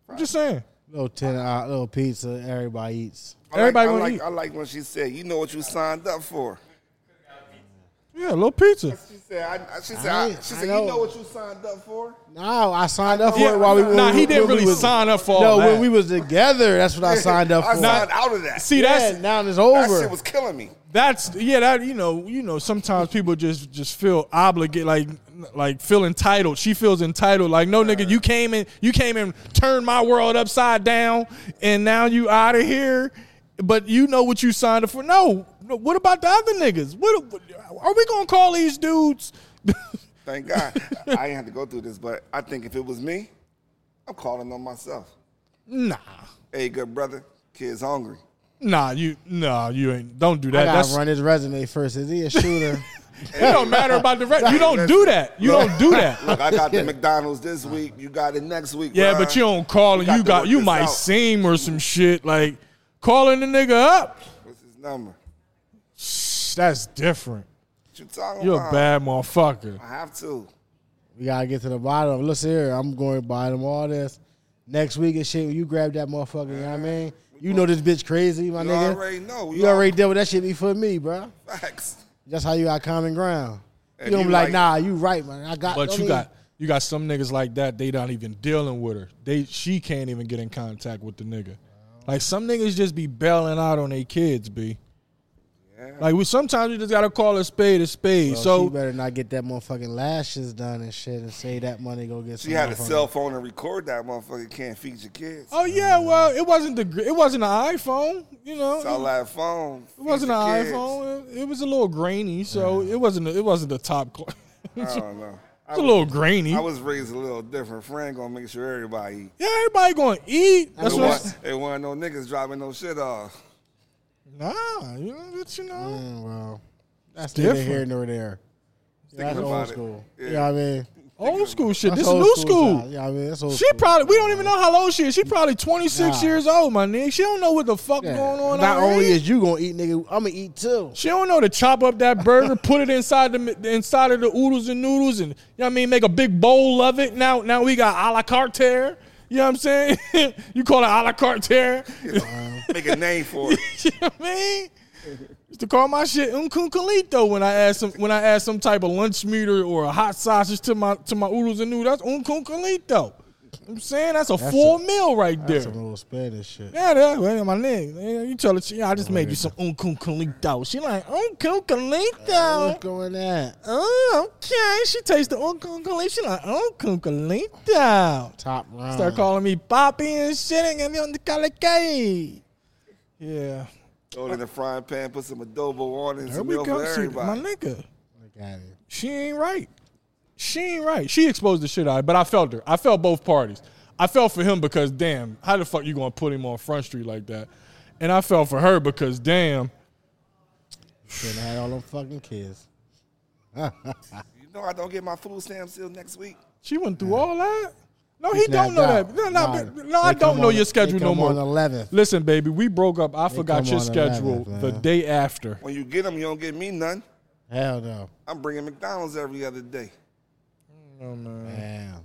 S2: I'm just saying.
S1: little ten uh, little pizza. Everybody eats.
S3: I like,
S2: Everybody
S3: I
S2: wanna
S3: like,
S2: eat.
S3: I like when she said, "You know what you signed up for."
S2: Yeah, a little pizza.
S3: She said, I, I- she said,
S1: I-
S3: I, she
S1: I
S3: said
S1: know.
S3: you know what you signed up for?
S1: No, I signed up for
S2: Yeah,
S1: it while we. when
S2: nah,
S1: we-
S2: he didn't
S1: when we
S2: really
S1: was-
S2: sign up for
S1: No,
S2: all
S1: when
S2: that.
S1: we was together, that's what I signed
S2: [laughs]
S1: up
S3: [laughs] I
S1: for.
S3: signed out of that.
S2: See,
S1: yeah,
S2: that's
S1: now it's
S3: that
S1: over.
S3: shit was killing me.
S2: That's yeah, that you know, you know, sometimes people just just feel obligated like like feel entitled. She feels entitled like no nigga, you came in you came and turned my world upside down and now you out of here. But you know what you signed up for. No. no, What about the other niggas? What are we going to call these dudes? [laughs]
S3: Thank God, I ain't had to go through this. But I think if it was me, I'm calling on myself.
S2: nah.
S3: Hey, good brother, kids hungry.
S2: Nah, you nah, you ain't don't do
S1: I
S2: that.
S1: gotta
S2: That's
S1: run his resume first. Is he a
S2: [laughs]
S1: shooter?
S2: it don't matter about
S1: [laughs]
S2: the rest. You don't do that. You don't do that.
S3: Look, I got the McDonald's this week. You got it next week.
S2: Yeah,
S3: bruh.
S2: but you don't call and
S3: got
S2: you
S3: to
S2: got
S3: work
S2: you
S3: this
S2: might
S3: out.
S2: seem or some shit like calling the nigga up.
S3: What's his number?
S2: That's different.
S3: What you talking
S2: You're a
S3: about?
S2: bad motherfucker.
S3: I have to.
S1: we gotta get to the bottom. of it. Listen here, I'm going to buy them all this next week and shit. When you grab that motherfucker, you know what I mean? You know this bitch crazy, my
S3: You
S1: nigga.
S3: already know.
S1: You already dealt with that shit before me, bro.
S3: facts.
S1: That's how you got common ground.
S3: And
S1: you don't
S3: you
S1: be like,
S3: right.
S1: nah, you right, man. I got.
S2: But
S1: don't
S2: you
S1: even-
S2: got you got some niggas like that. They not even dealing with her. They she can't even get in contact with the nigga. Like some niggas just be bailing out on their kids, b. Like we sometimes you just gotta call a spade a spade.
S1: Well, she
S2: so
S1: better not get that motherfucking lashes done and shit, and say that money go get.
S3: She had a
S1: some motherfucker.
S3: cell phone and record that motherfucker. Can't feed your kids.
S2: oh yeah, well it wasn't the gr- it wasn't an iPhone. You know,
S3: It's all that phone.
S2: It wasn't an iPhone. [laughs] It, it was a little grainy, so it wasn't. It wasn't the top. cla-
S3: I don't know. I
S2: It's a
S3: was-
S2: little grainy.
S3: I was raised a little different. Friend gonna make sure everybody eat.
S2: yeah, everybody going to eat.
S3: It
S2: That's what. I'm
S3: wasn't,
S2: s-
S3: it wasn't no niggas dropping no shit off.
S2: Nah, you know, but you know.
S1: Mm, well, that's
S2: different.
S1: neither here nor there. Yeah, that's
S3: about
S1: old
S3: it.
S1: school.
S3: Yeah. [laughs]
S1: You know what I mean?
S2: Old school shit.
S1: That's
S2: This is
S1: old
S2: new
S1: style.
S2: school.
S1: You know what I mean? That's old
S2: She
S1: school.
S2: probably we don't even know how old she is. She probably twenty six
S1: Nah.
S2: years old, my nigga. She don't know what the fuck
S1: Yeah.
S2: going on.
S1: Not
S2: already.
S1: only is you gonna eat, nigga, I'm gonna eat too.
S2: She don't know to chop up that burger, [laughs] put it inside the inside of the oodles and noodles, and you know what I mean, make a big bowl of it. Now, now we got a la carte. here. You know what I'm saying? [laughs] you call it a la carte. here. You Uh-huh.
S3: Make a name
S2: [laughs]
S3: for it.
S2: know what I mean? Used to call my shit un cuncalito when I add some when I add some type of lunch meat or, or a hot sausage to my to my oodles and noodles. That's un cuncalito. I'm saying that's a full meal right there.
S1: That's some old Spanish shit.
S2: Yeah, that well, my nigga. You tell her, she- I just made you some un cuncalito. She like un cuncalito.
S1: What's going on?
S2: Oh, okay. She tastes the un cuncalito. She like un cuncalito.
S1: Top round.
S2: Start calling me Poppy and shit and on the calicay. Yeah,
S3: Throw it in the frying pan, put some adobo on it, and
S2: there
S3: some
S2: we
S3: milk
S2: go.
S3: for
S2: See, my
S3: everybody.
S2: nigga,
S1: Look at it.
S2: she ain't right. She ain't right. She exposed the shit out, of it, but I felt her. I felt both parties. I felt for him because damn, how the fuck you gonna put him on Front Street like that? And I felt for her because damn.
S1: Shouldn't have had all them fucking kids.
S3: You know I don't get my food stamps till next week.
S2: She went through all that. No, he
S1: It's not
S2: don't know
S1: doubt.
S2: that. No, no,
S1: Nah,
S2: but- no I
S1: they
S2: don't
S1: come
S2: know
S1: on- they
S2: your schedule no
S1: come
S2: more.
S1: On eleventh,
S2: Listen, baby, we broke up. I forgot
S1: come on
S2: your
S1: the
S2: schedule
S1: 11th,
S2: the
S1: man.
S2: day after.
S3: When you get them, you don't get me none.
S1: hell no,
S3: I'm bringing McDonald's every other day.
S2: Oh, man.
S1: damn,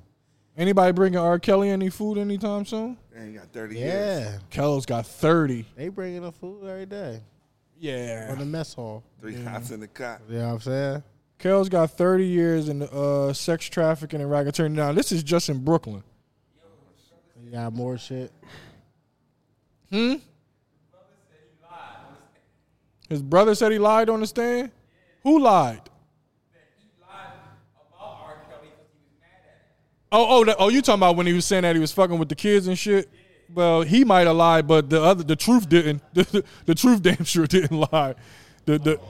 S2: Anybody bringing R. Kelly any food anytime soon?
S3: And you got 30 years.
S1: yeah,
S2: Kello's got thirty.
S1: they bringing the food every day on
S2: Yeah,
S1: the mess hall.
S3: Three hots in the cot.
S1: You know what I'm saying?
S2: Kello's got thirty years in uh, sex trafficking and racketeering. Now this is just in Brooklyn.
S1: You got more shit.
S2: His brother said he lied on the stand. Who lied? Oh, oh, that, oh! You talking about when he was saying that he was fucking with the kids and shit? Well, he might have lied, but the other, the truth didn't. [laughs] The, the, truth damn sure didn't [laughs] lie. The the. [laughs]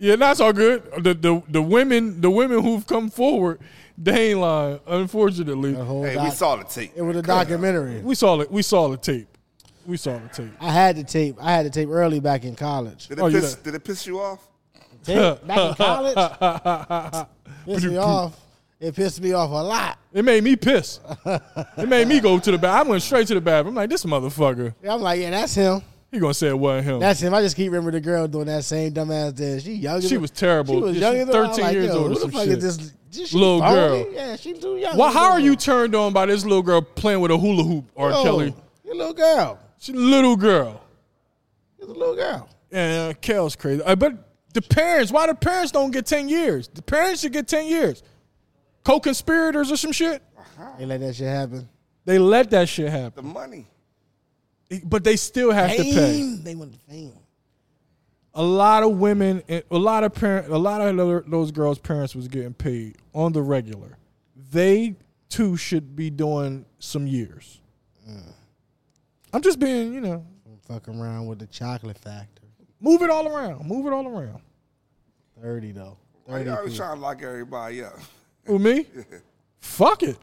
S2: Yeah, that's all good. The, the the women the women who've come forward, they ain't lying. Unfortunately,
S1: The whole
S3: Hey, we
S1: doc-
S3: saw the tape.
S1: it was a documentary.
S2: we saw it. We saw the tape. We saw the tape.
S1: I had the tape. I had the tape early back in
S3: [laughs]
S1: college.
S3: Did it,
S2: Oh, you
S3: piss,
S2: done.
S3: did it piss you off?
S1: Tape back in college
S2: [laughs]
S1: pissed me off. It pissed me off a lot.
S2: It made me piss. it made me go to the bathroom. I went straight to the bathroom. I'm like, this motherfucker.
S1: Yeah, I'm like, yeah, that's him.
S2: He gonna say it wasn't him.
S1: That's him. I just keep remembering the girl doing that same dumbass dance. She younger.
S2: She
S1: than-
S2: was terrible.
S1: She was
S2: Yeah,
S1: younger
S2: she's
S1: than I was
S2: 13
S1: like,
S2: years
S1: yo,
S2: old or
S1: Who
S2: some
S1: the fuck
S2: shit.
S1: is this? Is she
S2: Little
S1: phony?
S2: girl.
S1: Yeah, she too young.
S2: well, how are you turned on by this little girl playing with a hula hoop, R.
S1: Yo,
S2: Kelly?
S1: You little girl.
S2: She's a little girl.
S1: She's a little girl.
S2: Yeah, Kel's crazy. Uh, but the parents, why the parents don't get 10 years? The parents should get 10 years. Co-conspirators or some shit.
S1: They let that shit happen.
S2: They let that shit
S3: The
S2: happen.
S3: money.
S2: But they still have to pay.
S1: Fame. They went to fame.
S2: a lot of women, and a lot of parent, a lot of tho- those girls' parents was getting paid on the regular. They too should be doing some years.
S1: Mm.
S2: I'm just being, you know,
S1: Fuck around with the chocolate factor.
S2: move it all around, move it all around.
S1: Thirty though.
S2: Oh,
S3: Why
S1: Thirty.
S3: you always
S1: people.
S3: trying to lock everybody up? [laughs]
S2: With
S1: [laughs]
S2: me, fuck it.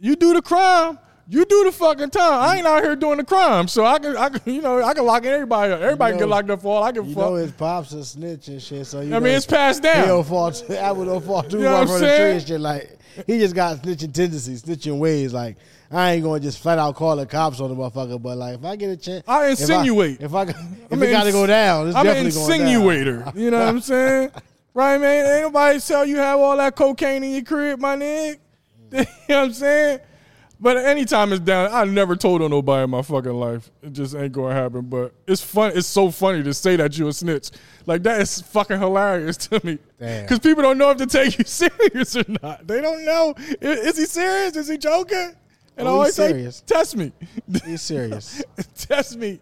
S2: You do the crime, you do the fucking time. I ain't out here doing the crime, so I can, I can, you know, I can lock in everybody up. Everybody
S1: know-
S2: get locked up for all I give a
S1: You know
S2: fuck.
S1: his pops a snitch and shit. So you
S2: I
S1: know,
S2: mean, it's passed
S1: He
S2: down.
S1: don't fall. Too, [laughs] Apple don't fall too
S2: You know
S1: far
S2: what I'm
S1: from the tree
S2: saying?
S1: and shit. Like he just got snitching tendencies, snitching ways. Like I ain't going to just flat out call the cops on the motherfucker. But like if I get a chance,
S2: I
S1: if
S2: insinuate.
S1: If I, if, I, if
S2: I'm
S1: it
S2: an
S1: got to
S2: ins-
S1: go down, it's
S2: I'm an
S1: definitely going down. [laughs]
S2: insinuator. You know what I'm saying? Right, man? Ain't nobody tell you have all that cocaine in your crib, my nigga. [laughs] you know what I'm saying? But anytime it's down, I never told on nobody in my fucking life. It just ain't gonna happen. But it's fun. It's so funny to say that you a snitch. Like that is fucking hilarious [laughs] to me.
S1: Damn.
S2: Because people don't know if to take you [laughs] serious or not. They don't know. I- Is, he serious? Is he joking? And I
S1: Oh,
S2: always
S1: he's
S2: say,
S1: serious. [laughs]
S2: test me.
S1: He's serious.
S2: [laughs] test me.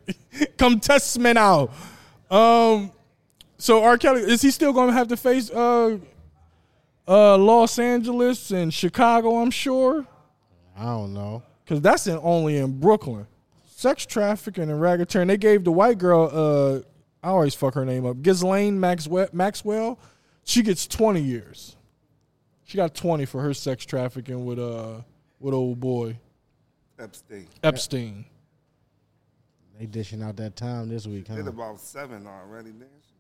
S2: Come test me now. Um, so R. Kelly is he still going to have to face uh, uh, Los Angeles and Chicago? I'm sure
S1: I don't know.
S2: because that's in, only in Brooklyn. Sex trafficking and racketeering. They gave the white girl. Uh, I always fuck her name up. Ghislaine Maxwell. Maxwell. She gets 20 years. She got 20 for her sex trafficking with uh with old boy
S3: Epstein.
S2: Epstein.
S1: They dishing out that time this week, huh?
S2: Uh-huh.
S3: Did about seven already, didn't [laughs] she?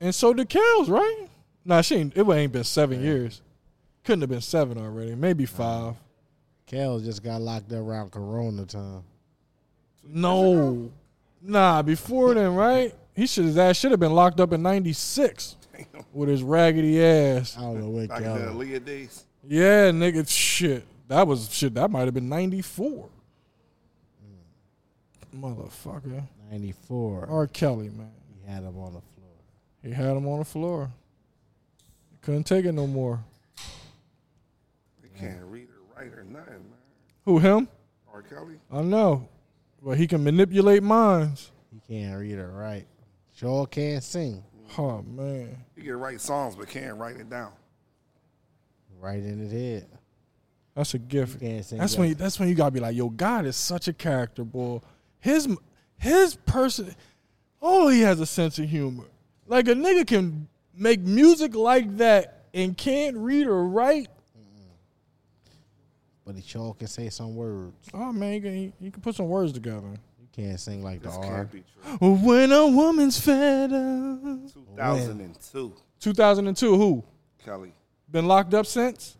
S2: And so did Kels, right? Nah, she ain't, it ain't been seven years. Couldn't have been seven already. Maybe five.
S1: Kel just got locked up around Corona time.
S2: No. Nah, before then, right? He should his ass should have been locked up in '96
S3: Damn.
S2: with his raggedy ass.
S1: I don't know where
S3: Like the
S1: Kel.
S3: Leah days.
S2: Yeah, nigga, shit. That was shit. That might have been '94. Motherfucker,
S1: Ninety four.
S2: R. Kelly, man.
S1: He had him on the floor.
S2: He had him on the floor. Couldn't take it no more.
S3: They can't read or write or nothing, man.
S2: Who him?
S3: R. Kelly.
S2: I know, but he can manipulate minds.
S1: He can't read or write. Sure can't sing.
S2: Oh man.
S3: He can write songs but can't write it down.
S1: Right in his head.
S2: That's a gift.
S1: You can't sing
S2: That's
S1: that.
S2: when you, that's when you gotta be like, yo, God is such a character, boy. His his person, oh, he has a sense of humor. Like a nigga can make music like that and can't read or write.
S1: But he sure can say some words.
S2: Oh man, you can, you can put some words together.
S1: You can't sing like the
S3: This
S1: R.
S3: can't be true.
S2: When a woman's fed up.
S3: 2002,
S2: 2002, who
S3: Kelly. [laughs]
S2: been locked up since?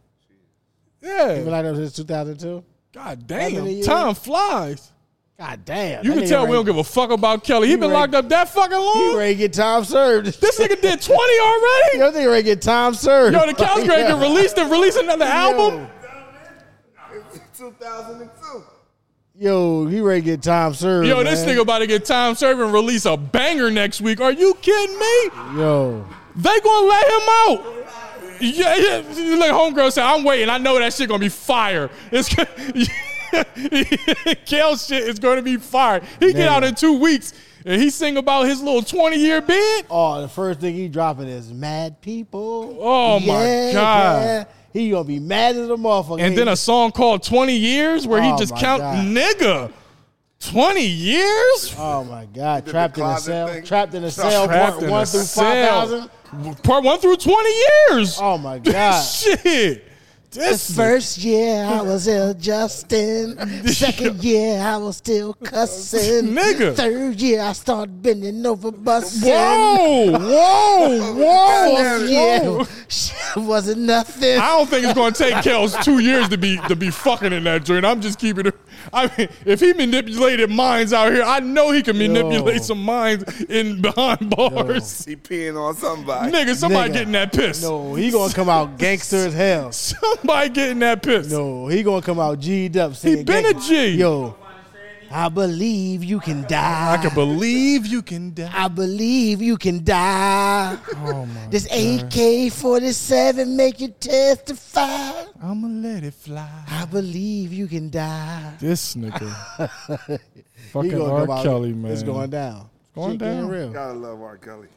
S2: Yeah.
S1: Even like that was 2002.
S2: God
S1: How many
S2: damn,
S1: years?
S2: time flies.
S1: God damn.
S2: You
S1: that
S2: can
S1: nigga
S2: tell we
S1: ready-
S2: don't give a fuck about Kelly. He, been
S1: ready-
S2: locked up that fucking long.
S1: He ready to get time served. [laughs]
S2: This nigga did 20 already?
S1: Yo, they ready to get time served.
S2: Yo, the Cow's ready to release and release
S1: [laughs]
S2: another album?
S3: 2002.
S1: Yo, he ready to get time served.
S2: Yo, this
S1: man.
S2: nigga about to get time serving and release a banger next week. Are you kidding me?
S1: Yo,
S2: They gonna let him out. Yeah, yeah. Like homegirl said, I'm waiting. I know that shit gonna be fire. It's [laughs] Kale shit is gonna be fire. He
S1: Nigga.
S2: get out in two weeks and he sing about his little 20 year bid.
S1: oh, the first thing he dropping is mad people.
S2: Oh, my God.
S1: He gonna be mad as a motherfucker.
S2: And then a song called 20 Years where
S1: Oh
S2: he just
S1: my
S2: count
S1: God.
S2: nigga. 20 years?
S1: Oh my God!
S3: the
S1: Trapped in a
S3: closet
S1: cell.
S3: thing.
S1: Trapped in a cell.
S2: Trapped
S1: one
S2: in
S1: one
S2: a
S1: through
S2: cell.
S1: five thousand.
S2: Part one through twenty years. [laughs]
S1: Oh my God!
S2: Shit. This
S1: First year I was ill,
S2: [laughs]
S1: Justin. Second year I was still cussing.
S2: Nigga.
S1: Third year I started bending over, busting.
S2: Whoa,
S1: [laughs]
S2: whoa, whoa.
S1: Fourth year wasn't nothing.
S2: I don't think it's gonna take Kels two years to be to be fucking in that joint. I'm just keeping it. I mean, if he manipulated minds out here, I know he can manipulate
S1: Yo.
S2: some minds in behind bars.
S3: He peeing on somebody.
S2: Nigga, somebody
S1: Nigga.
S2: getting that piss.
S1: no, he gonna come
S2: [laughs]
S1: out gangster as hell.
S2: Somebody getting that piss.
S1: No, he gonna come out G'd up.
S2: He
S1: singing
S2: been a
S1: gang-
S2: G.
S1: Yo, I believe you can die.
S2: I can believe you can die.
S1: I believe you can die.
S2: Oh my
S1: This AK 47 make you testify.
S2: I'ma let it fly.
S1: I believe you can die.
S2: [laughs] This nigga.
S1: [laughs] He
S2: Fucking
S1: gonna
S2: R.
S1: come out-
S2: Kelly, man.
S1: It's going down.
S2: going
S1: Shit getting
S2: down.
S1: Real.
S3: Gotta love R.
S1: [laughs]
S3: Kelly.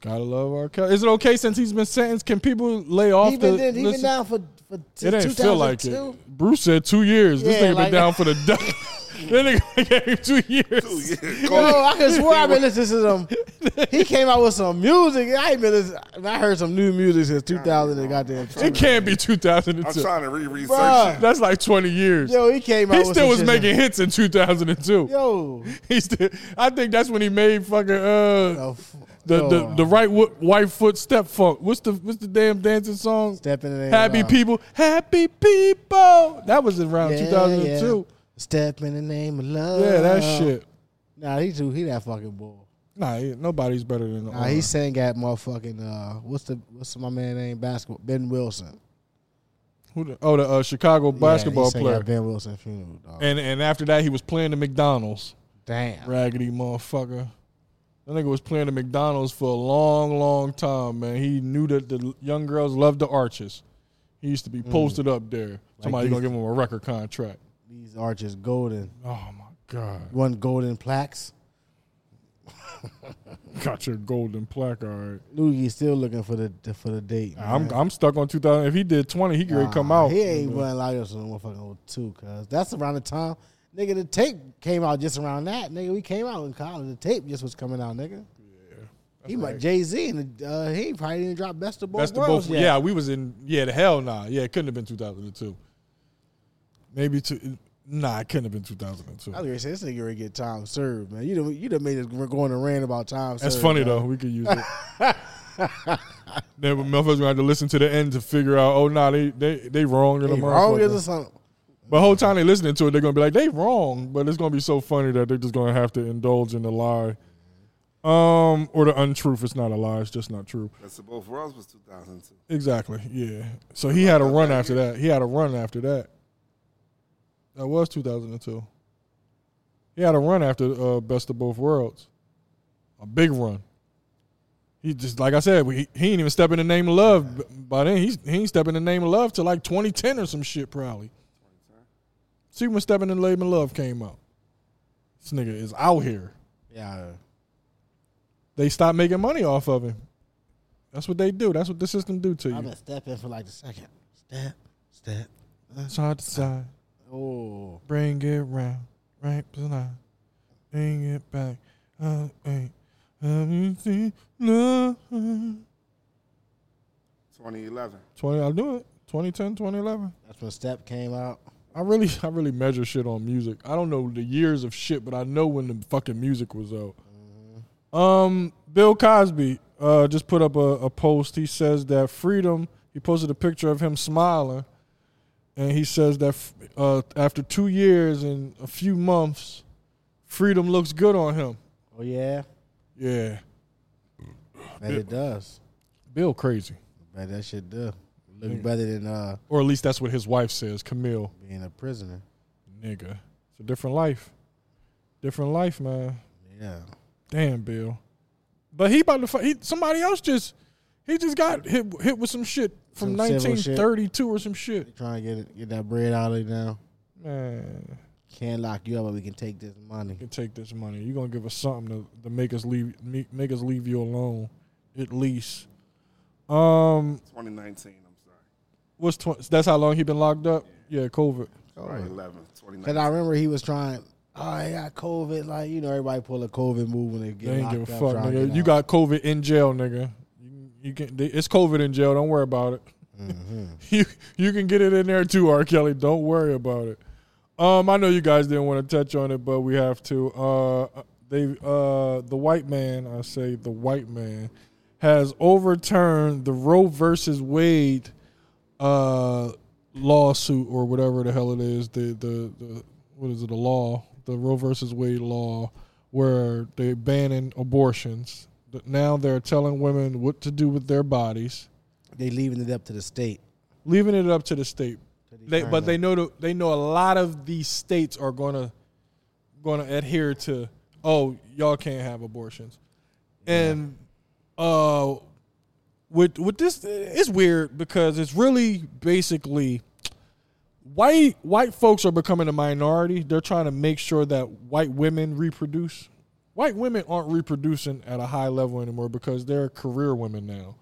S2: Gotta love R. Kelly. Is it okay since he's been sentenced? Can people lay off
S1: He been,
S2: the?
S1: there- he been
S2: listen-
S1: down for, for t-
S2: it ain't feel like
S1: 2002.
S2: it. Bruce said two years. this
S1: Yeah,
S2: nigga
S1: like-
S2: been down for the. Du- [laughs] that nigga gave him two years.
S3: [laughs] Two years.
S1: Yo, Oh, I can swear I've been listening to some. He came out with some music. I ain't been listening. I heard some new music since 2000 and goddamn.
S2: It can't be
S3: I'm
S2: 2002.
S3: trying to re-research
S1: Bruh.
S3: it.
S2: That's like 20 years.
S1: Yo, he came out
S2: he
S1: with
S2: still
S1: some
S2: was
S1: shit.
S2: making hits in 2002.
S1: Yo.
S2: He still, I think that's when he made fucking uh,
S1: Oh, f-
S2: the, the
S1: yo.
S2: the right wo- white foot step funk. What's the what's the damn dancing song?
S1: Stepping in the
S2: Happy
S1: name of-
S2: people, happy people. That was around 2002.
S1: yeah. Step in the name of love.
S2: Yeah. that shit.
S1: Nah, he too. He that fucking bull.
S2: Nah, he- nobody's better than.
S1: Nah, he sang at motherfucking uh, what's the what's my man name basketball Ben Wilson.
S2: Who the, oh, the uh, Chicago
S1: Yeah,
S2: basketball
S1: he sang
S2: player.
S1: At ben Wilson funeral. Dog.
S2: And and after that, he was playing the McDonald's.
S1: Damn.
S2: Raggedy motherfucker. That nigga was playing the McDonald's for a long, long time, man. He knew that the young girls loved the arches. He used to be posted up there. Somebody
S1: Mm. these-
S2: gonna give him a record contract.
S1: These arches golden.
S2: Oh my god,
S1: One golden plaques.
S2: got your golden plaque, all right.
S1: Luigi still looking for the, the- for the date. Man.
S2: I'm I'm stuck on 2000. If he did 20, he could
S1: Nah,
S2: come out. Mm-hmm.
S1: He ain't running like us on motherfucking 02, cuz that's around the time nigga the tape came out just around that. Nigga, we came out in college. The tape just was coming out, nigga. he like Jay Z, and uh, he probably didn't drop Best of Both
S2: Best of
S1: Worlds
S2: both.
S1: yet.
S2: Yeah, we was in. Yeah, the hell nah. Yeah, it couldn't have been 2002. Maybe two. Nah, it couldn't have been 2002.
S1: I was gonna say this nigga already get time served, man. You done, you done made us we're going to rant about time.
S2: That's
S1: served,
S2: funny
S1: dog.
S2: though. We could use it.
S1: [laughs]
S2: then when motherfuckers gonna have to listen to the end to figure out. Oh nah, they they they wrong. in the
S1: Hey, wrong
S2: motherfucker.
S1: is something.
S2: But whole time they listening to it, they're gonna be like, they wrong. But it's gonna be so funny that they're just gonna have to indulge in the lie. Um, or the untruth. It's not a lie, it's just not true.
S3: That's the both worlds was 2002.
S2: Exactly. Yeah. So he had a run after that. He had a run after that. That was two thousand and two. He had a run after uh, Best of Both Worlds. A big run. He just like I said, we, he ain't even step in the name of love. b- By then, he's, he ain't stepping in the name of love till like 2010 or some shit probably. See when stepping in the name of love came out. This nigga is out here.
S1: Yeah,
S2: They stopped making money off of him. That's what they do. That's what the system do to
S1: I've
S2: you.
S1: been stepping for like a second. Step, step.
S2: Side to side.
S1: Oh,
S2: Bring it round, right tonight. Bring it back. I ain't let me see love.
S3: 2011.
S2: Twenty, I'll do it. 2010, 2011.
S1: that's when Step came out.
S2: I really, [laughs] I really measure shit on music. I don't know the years of shit, but I know when the fucking music was out. Um, Bill Cosby uh, just put up a, a post. He says that freedom. He posted a picture of him smiling, and he says that f- uh, after two years and a few months, freedom looks good on him.
S1: Oh yeah,
S2: Yeah,
S1: bet it does.
S2: Bill crazy,
S1: Bet that shit do. Look better than uh,
S2: or at least that's what his wife says. Camille,
S1: being a prisoner.
S2: nigga, it's a different life, different life, man.
S1: Yeah,
S2: Damn, Bill. But he about to fight. He, somebody else just he just got hit hit with some shit from
S1: Some civil shit.
S2: 1932 or some shit.
S1: trying to get it, get that bread out of you now.
S2: Man,
S1: Can't lock you up, but we can take this money.
S2: you can take this money. You're gonna give us something to, to make us leave me- make us leave you alone, at least. Um,
S3: 2019, I'm
S2: what's tw- that's how long he been locked up? Yeah, COVID.
S3: sorry. 2011, 2019.
S1: Cause I remember he was trying. Oh, I got COVID. Like you know, everybody pull a COVID move when they get
S2: They ain't
S1: locked
S2: give a
S1: up.
S2: fuck,
S1: trying to
S2: nigga.
S1: get
S2: You
S1: out.
S2: got COVID in jail, nigga. You, you can. They, it's COVID in jail. Don't worry about it.
S1: Mm-hmm.
S2: [laughs] you you can get it in there too, R. Kelly. Don't worry about it. Um, I know you guys didn't want to touch on it, but we have to. Uh, they uh, the white man, I say the white man, has overturned the Roe versus Wade uh, lawsuit or whatever the hell it is. The the, the what is it? The law, the Roe versus Wade law, where they're banning abortions. But Now they're telling women what to do with their bodies,
S1: They leaving it up to the state.
S2: leaving it up to the state.
S1: To
S2: They,
S1: determine.
S2: but they know the, they know a lot of these states are gonna gonna adhere to. Oh, y'all can't have abortions, and uh, with with this, it's weird because it's really basically white white folks are becoming a minority. They're trying to make sure that white women reproduce. White women aren't reproducing at a high level anymore because they're career women now.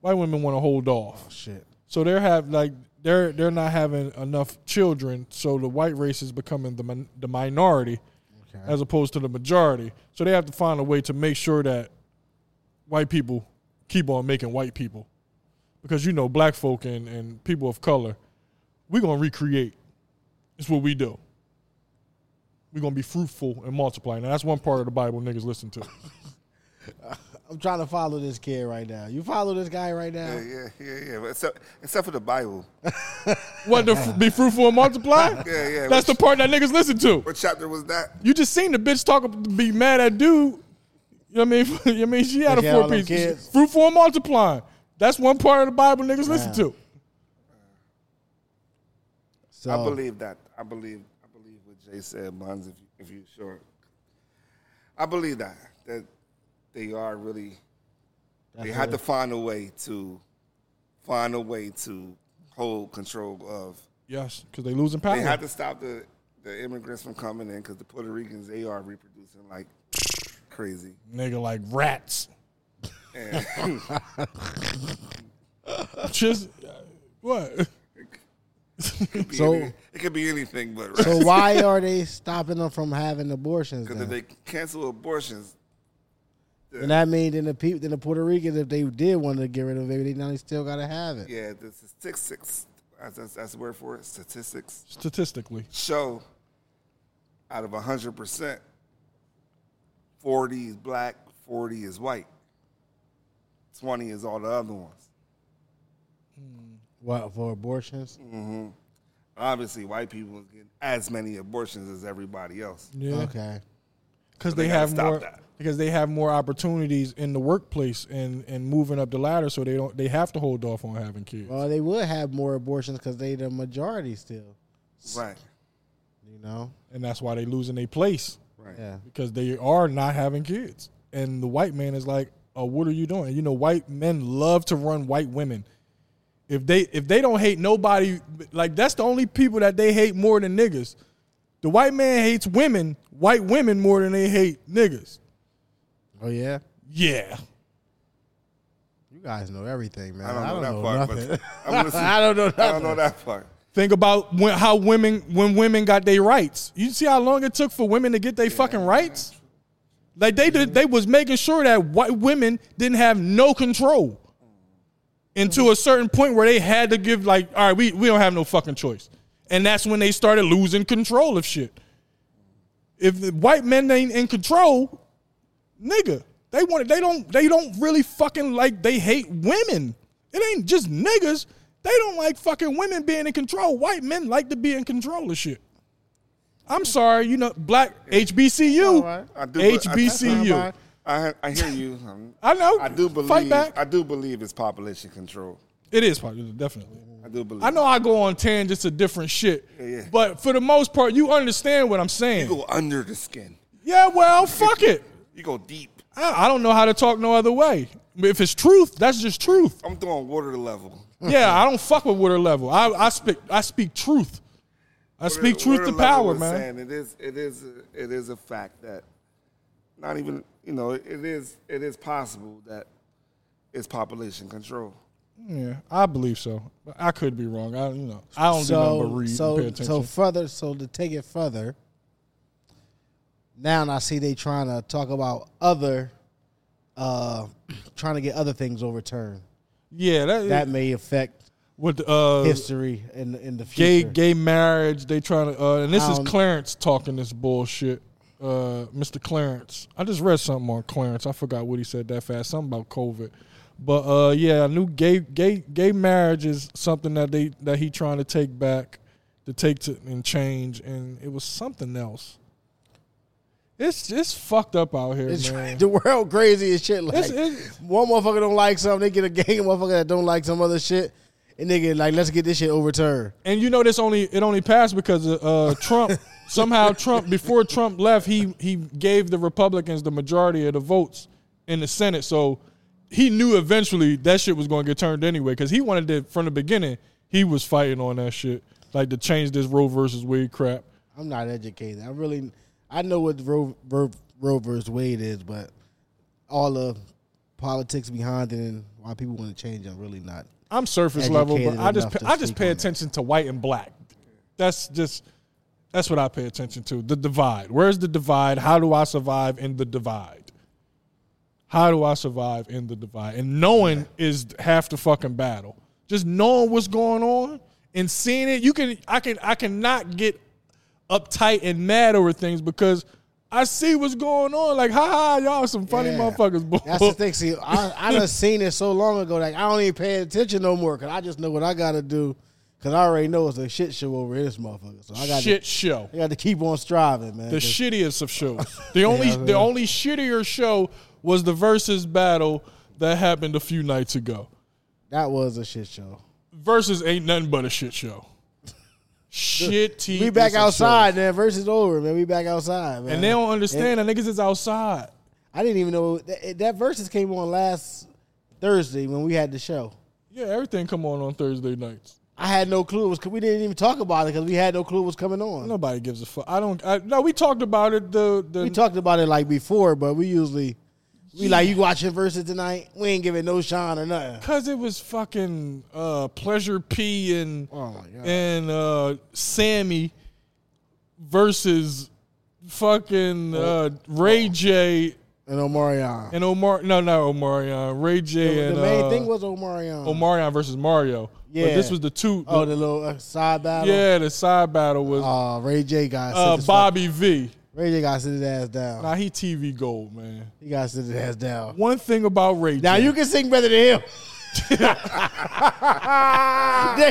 S2: White women want to hold off.
S1: shit.
S2: So they're have like they're they're not having enough children. So the white race is becoming the min- the minority
S1: Okay.
S2: as opposed to the majority. So they have to find a way to make sure that white people keep on making white people, because you know black folk and and people of color, we're gonna recreate. It's what we do. We're gonna be fruitful and multiply. Now that's one part of the Bible niggas listen to.
S1: I'm trying to follow this kid right now. You follow this guy right now.
S3: Yeah, yeah, yeah, yeah. But Except, except for the Bible.
S2: what
S3: [laughs]
S2: to f- be fruitful and multiply?
S3: Yeah, yeah.
S2: That's the
S3: Which-
S2: part that niggas listen to.
S3: What chapter was that?
S2: You just seen the bitch talk be mad at dude. You know what I mean? [laughs] you know what I mean she had
S1: She had
S2: a four
S1: all them
S2: piece.
S1: kids.
S2: Fruitful and multiplying. That's one part of the Bible niggas listen to.
S1: So
S3: I believe that. I believe. I believe what Jay said, Buns. If you, if you sure, I believe that that they are really. They had to find a way to find a way to hold control of.
S2: Yes, because they losing power.
S3: They had to stop the the immigrants from coming in because the Puerto Ricans they are reproducing like crazy.
S2: Nigga like rats. [laughs] just uh, what? [laughs]
S3: It could be
S1: So-
S3: any- it could be anything, but [laughs]
S1: So why are they stopping them from having abortions?
S3: because
S1: then?
S3: if they cancel abortions,
S1: And that means then the people, then the Puerto Ricans, if they did want to get rid of it, they now they still gotta have it.
S3: Yeah, the statistics, as that's, that's the word for it, statistics
S2: Statistically,
S3: show out of 100%, 40 is black, 40 is white, 20 is all the other ones.
S1: What for abortions?
S3: Obviously, white people is getting as many abortions as everybody else.
S2: yeah,
S1: Okay.
S2: because
S3: They
S2: they,
S3: gotta
S2: have
S3: stop
S2: more
S3: that.
S2: because they have more opportunities in the workplace and and moving up the ladder, so they don't they have to hold off on having kids.
S1: Well, they would have more abortions because they the majority still.
S3: Right,
S1: You know.
S2: and that's why they losing their place
S3: right.
S1: Yeah.
S2: because they are not having kids. And the white man is like, "Oh, what are you doing?" you know, white men love to run white women. If they if they don't hate nobody, like that's the only people that they hate more than niggas. The white man hates women, white women more than they hate niggas.
S1: Oh yeah.
S2: Yeah.
S1: You guys know everything, man.
S3: I don't know that part,
S1: nothing.
S2: [laughs]
S1: [laughs]
S3: but I'm listening.
S1: I don't know
S3: I don't
S1: nothing.
S3: know that part.
S2: Think about when, how women when women got their rights. You see how long it took for women to get their fucking rights? Like they did, they was making sure that white women didn't have no control until a certain point where they had to give like, all right, we, we don't have no fucking choice. And that's when they started losing control of shit. If the white men ain't in control, nigga, they want they don't they don't really fucking like they hate women. It ain't just niggas. They don't like fucking women being in control. White men like to be in control of shit. I'm sorry, you know, black HBCU,
S1: All right.
S3: I do-
S1: All
S2: HBCU.
S1: right.
S3: I I hear you. Um,
S2: I know.
S3: I do
S2: Fight
S3: believe.
S2: back.
S3: I do believe it's population control.
S2: It is popular, definitely.
S3: I do believe.
S2: I know I go on tangents of different shit,
S3: yeah.
S2: but for the most part, you understand what I'm saying.
S3: You go under the skin.
S2: yeah, well, fuck it.
S3: You go deep.
S2: I, I don't know how to talk no other way. If it's truth, that's just truth.
S3: I'm throwing water level.
S2: yeah, I don't fuck with water level. I, I speak I speak truth. I speak
S3: What-
S2: truth
S3: what
S2: to
S3: Elijah
S2: power,
S3: was
S2: man.
S3: saying, it is, it is, it is a fact that not even you know it is, it is possible that it's population control.
S2: Yeah, I believe so. But I could be wrong. I you know I don't do nothing but
S1: So
S2: read and
S1: so
S2: pay attention.
S1: so further. So to take it further. Now I see they trying to talk about other, uh, [clears throat] trying to get other things overturned
S2: yeah, that,
S1: that may affect
S2: with uh
S1: history in in the
S2: gay
S1: future. Um,
S2: gay marriage. They trying to uh, and this
S1: I
S2: is
S1: don't-
S2: Clarence talking this bullshit. Uh, Mr. Clarence, I just read something on Clarence. I forgot what he said that fast. Something about COVID, but uh, yeah, I knew gay gay gay marriage is something that they that he trying to take back, to take to and change, and it was something else. It's it's fucked up out here,
S1: It's [laughs]
S2: man.
S1: the world crazy as shit. Like
S2: It's- it's-
S1: one motherfucker don't like something, they get a gang of [laughs] motherfucker that don't like some other shit, and they get like, let's get this shit overturned.
S2: and you know this only it only passed because of, uh, Trump somehow Trump before Trump left he he gave the Republicans the majority of the votes in the Senate so he knew eventually that shit was going to get turned anyway because he wanted it from the beginning he was fighting on that shit like to change this Roe versus Wade crap
S1: I'm not educated. I really, I know what Roe Ro, Roe versus Wade is, but all the politics behind it and why people want to change, I'm really not.
S2: I'm surface level but
S1: Educated
S2: I just
S1: enough to
S2: I just
S1: speak
S2: pay
S1: on that.
S2: attention to white and black that's just that's what I pay attention to the divide where's the divide how do I survive in the divide how do I survive in the divide? And knowing is half the fucking battle. Just knowing what's going on and seeing it, you can I can I cannot get uptight and mad over things because I see what's going on. Like, ha ha, y'all some funny
S1: Yeah.
S2: motherfuckers. boy.
S1: That's the thing. See, I I done seen it so long ago, like I don't even pay attention no more because I just know what I got to do because I already know it's a shit show over here, this motherfucker. So I got
S2: Shit show.
S1: I got to keep on striving, man.
S2: The
S1: 'cause-
S2: shittiest
S1: [laughs]
S2: of shows. The only
S1: Yeah, I
S2: the
S1: know.
S2: only shittier show was the versus battle that happened a few nights ago.
S1: That was a shit show.
S2: Versus ain't nothing but a shit show. Shitty.
S1: We back
S2: as a show.
S1: outside, man. Versus over, man. We back outside, man.
S2: And they don't understand that niggas is outside.
S1: I didn't even know that, eh, that versus came on last Thursday when we had the show.
S2: Yeah, everything come on on Thursday nights.
S1: I had no clue it was. We didn't even talk about it because we had no clue it was coming on.
S2: Nobody gives a fuck. I don't. I, no, we talked about it. The the
S1: We talked about it like before, but we usually we like you watching versus tonight. We ain't giving no shine or nothing.
S2: because it was fucking uh, pleasure P and
S1: Oh my god!
S2: and uh, Sammy
S1: Oh.
S2: versus fucking uh, Ray J
S1: and Omarion.
S2: And Omar, no, not Omarion, Ray J
S1: the
S2: and
S1: main
S2: uh,
S1: thing was Omarion.
S2: Omarion versus Mario. But
S1: Yeah.
S2: this was the two.
S1: oh, the little uh, side battle.
S2: yeah, the side battle was
S1: Oh, Ray J got
S2: uh,
S1: sit his
S2: Bobby V.
S1: fuck- Ray J got sit his ass down.
S2: Nah, he TV gold, man.
S1: He got sit his ass down.
S2: One thing about Ray
S1: Now
S2: J.
S1: you can sing better than him. [laughs] there you go.
S2: Ah. [laughs]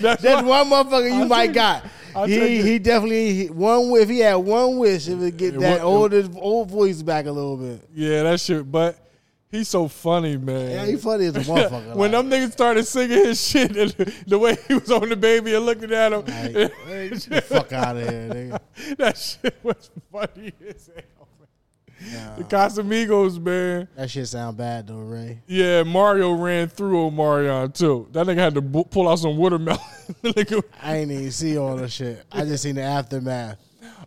S2: That's
S1: That's
S2: why-
S1: one motherfucker you
S2: I'll
S1: might
S2: take-
S1: got.
S2: I'll take
S1: He
S2: it.
S1: he definitely he- one wi- if he had one wish it would get
S2: It
S1: that
S2: would-
S1: old old voice back a little bit.
S2: Yeah, that shit. But he's so funny, man.
S1: Yeah, he funny as a motherfucker.
S2: [laughs] when
S1: like,
S2: them niggas started singing his shit, and the way he was on the baby and looking at him, [laughs]
S1: like, hey, get the fuck out of here, nigga.
S2: that shit was funny as hell. man. The Casamigos, man.
S1: That shit sound bad though, Ray.
S2: Yeah, Mario ran through Omarion too. That nigga had to bu- pull out some watermelon. [laughs] The nigga-
S1: I ain't even see all the shit. I just seen the aftermath.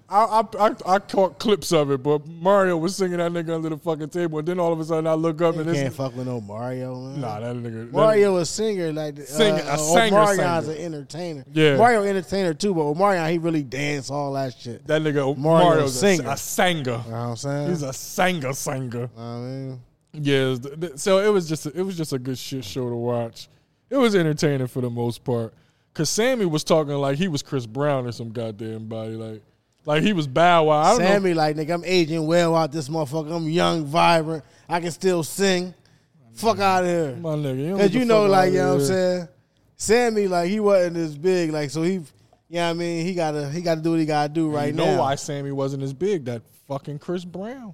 S2: I, I, I, I caught clips of it, but Mario was singing that nigga under the fucking table, and then all of a sudden I look up
S1: You
S2: and
S1: can't
S2: it's
S1: fuck with no Mario, man.
S2: [laughs] nah, that nigga. that-
S1: Mario a singer, like
S2: Singer- a
S1: uh,
S2: singer,
S1: Omarion's
S2: singer.
S1: an entertainer.
S2: Yeah.
S1: Mario entertainer too, but Omarion he really dance all that shit. You
S2: that nigga
S1: Mario
S2: Mario's a-
S1: singer. Uh-huh.
S2: a singer.
S1: know what I'm saying?
S2: He's a singer, singer.
S1: I mean,
S2: Yeah, th- th- so it was just a, it was just a good shit show to watch. It was entertaining for the most part. Cause Sammy was talking like he was Chris Brown or some goddamn body, like like he was Bow Wow. I don't know.
S1: Sammy, like nigga, I'm aging well out this motherfucker. I'm young, vibrant. I can still sing. Fuck out of here.
S2: My nigga, you don't
S1: Cause
S2: get
S1: you
S2: the
S1: know,
S2: fuck
S1: like
S2: outta
S1: you know what I'm
S2: here.
S1: saying. Sammy, like he wasn't as big, like so he, yeah, I mean he gotta he gotta do what he gotta do right
S2: You know
S1: now.
S2: why Sammy wasn't as big? That fucking Chris Brown.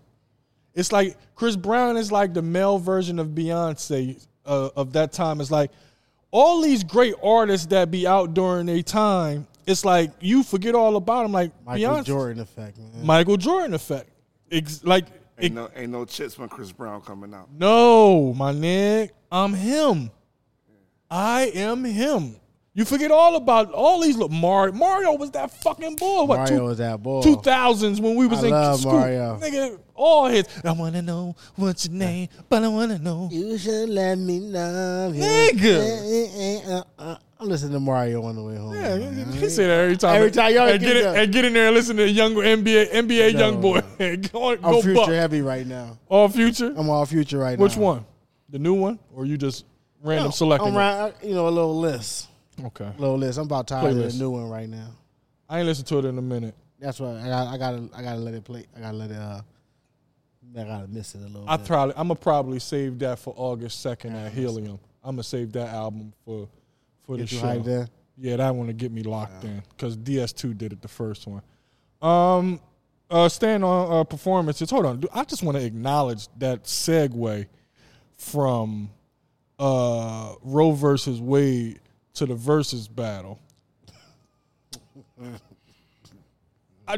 S2: It's like Chris Brown is like the male version of Beyonce uh, of that time. It's like all these great artists that be out during their time. It's like you forget all about them. Like
S1: Michael
S2: Beyonce,
S1: Jordan effect, man.
S2: Michael Jordan effect. Ex- like
S3: Ain't
S2: it-
S3: no, ain't no chips when Chris Brown coming out.
S2: no, my nigga, I'm him. I am him. You forget all about all these look Mario. Mario was that fucking boy. What
S1: Mario
S2: two-
S1: was that boy.
S2: two thousands when we was
S1: I
S2: in
S1: love
S2: school.
S1: Mario.
S2: Nigga, all his. I wanna know what's your name, but I wanna know.
S1: You should let me love you.
S2: Nigga.
S1: Eh, eh, eh, uh, uh. I'm listening to Mario on the way home.
S2: Yeah,
S1: man.
S2: he said that every time.
S1: Every time, y'all
S2: and get,
S1: get
S2: in,
S1: that.
S2: and get in there and listen to young NBA NBA
S1: No.
S2: young boy. [laughs] go
S1: I'm
S2: go
S1: future
S2: buck.
S1: heavy right now.
S2: All future.
S1: I'm all future right
S2: Which
S1: now.
S2: one? The new one, or you just random
S1: No,
S2: selecting?
S1: I'm
S2: it?
S1: right, you know, a little list,
S2: Okay,
S1: little list. I'm about tired of
S2: Playlist.
S1: the new one right now.
S2: I ain't listened to it in a minute.
S1: That's why I got, I gotta, I gotta let it play. I gotta let it. uh I gotta miss it a little
S2: I
S1: bit.
S2: probably I'm gonna probably save that for August second at Helium. I'm gonna save that album for for
S1: Get
S2: the
S1: you
S2: show.
S1: hyped there.
S2: Yeah, that one to get me locked in because DS2 did it the first one. Um, uh, staying on uh, performances. Hold on, dude, I just want to acknowledge that segue from uh, Roe versus Wade to the versus battle. I,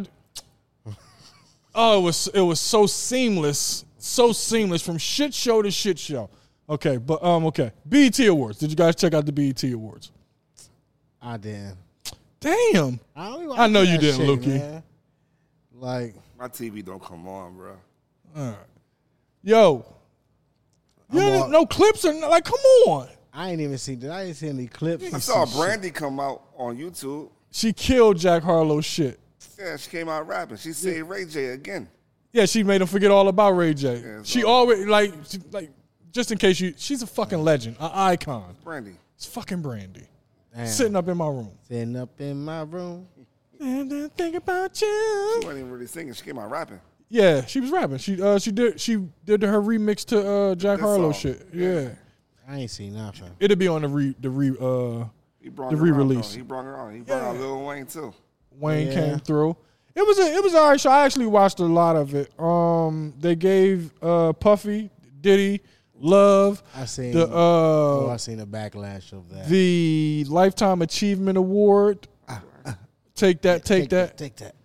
S2: oh, it was it was so seamless, so seamless from shit show to shit show. Okay, but um, okay, BET Awards. Did you guys check out the BET Awards?
S1: I didn't.
S2: Damn.
S1: I, don't even
S2: I know
S1: like
S2: you
S1: that
S2: didn't,
S1: shit,
S2: Lukey.
S1: man. Like
S3: My TV don't come on, bro.
S2: Yo. You
S1: I'm
S2: don't-
S1: all-
S2: no clips or no- like come on.
S1: I ain't even seen. I didn't see any clips.
S3: I saw Brandy come out on YouTube.
S2: She killed Jack Harlow's shit.
S3: Yeah, she came out rapping. She said Ray J again.
S2: Yeah, she made him forget all about Ray J.
S3: it's
S2: she
S3: all-
S2: always like she- like just in case you she's a fucking legend, an icon.
S3: Brandy.
S2: It's fucking Brandy.
S1: Damn.
S2: Sitting up in my room.
S1: Sitting up in my room.
S2: And I think about
S3: She
S2: you.
S3: wasn't even really singing. She came out rapping.
S2: Yeah, she was rapping. She uh she did she did her remix to uh Jack
S3: That
S2: Harlow
S3: song.
S2: shit. Yeah.
S1: I ain't seen nothing.
S2: It'll be on the re the re uh
S3: He brought
S2: The
S3: her out,
S2: re-release.
S3: though. He brought her on. He brought out
S2: Yeah.
S3: Lil Wayne too.
S2: Wayne
S1: Yeah.
S2: came through. It was a, it was alright. So I actually watched a lot of it. Um, they gave uh Puffy, Diddy, Love,
S1: I seen.
S2: the
S1: oh, I
S2: uh
S1: seen the backlash of that. Ah,
S2: the Lifetime Achievement Award. Take that, take that.
S1: Take that.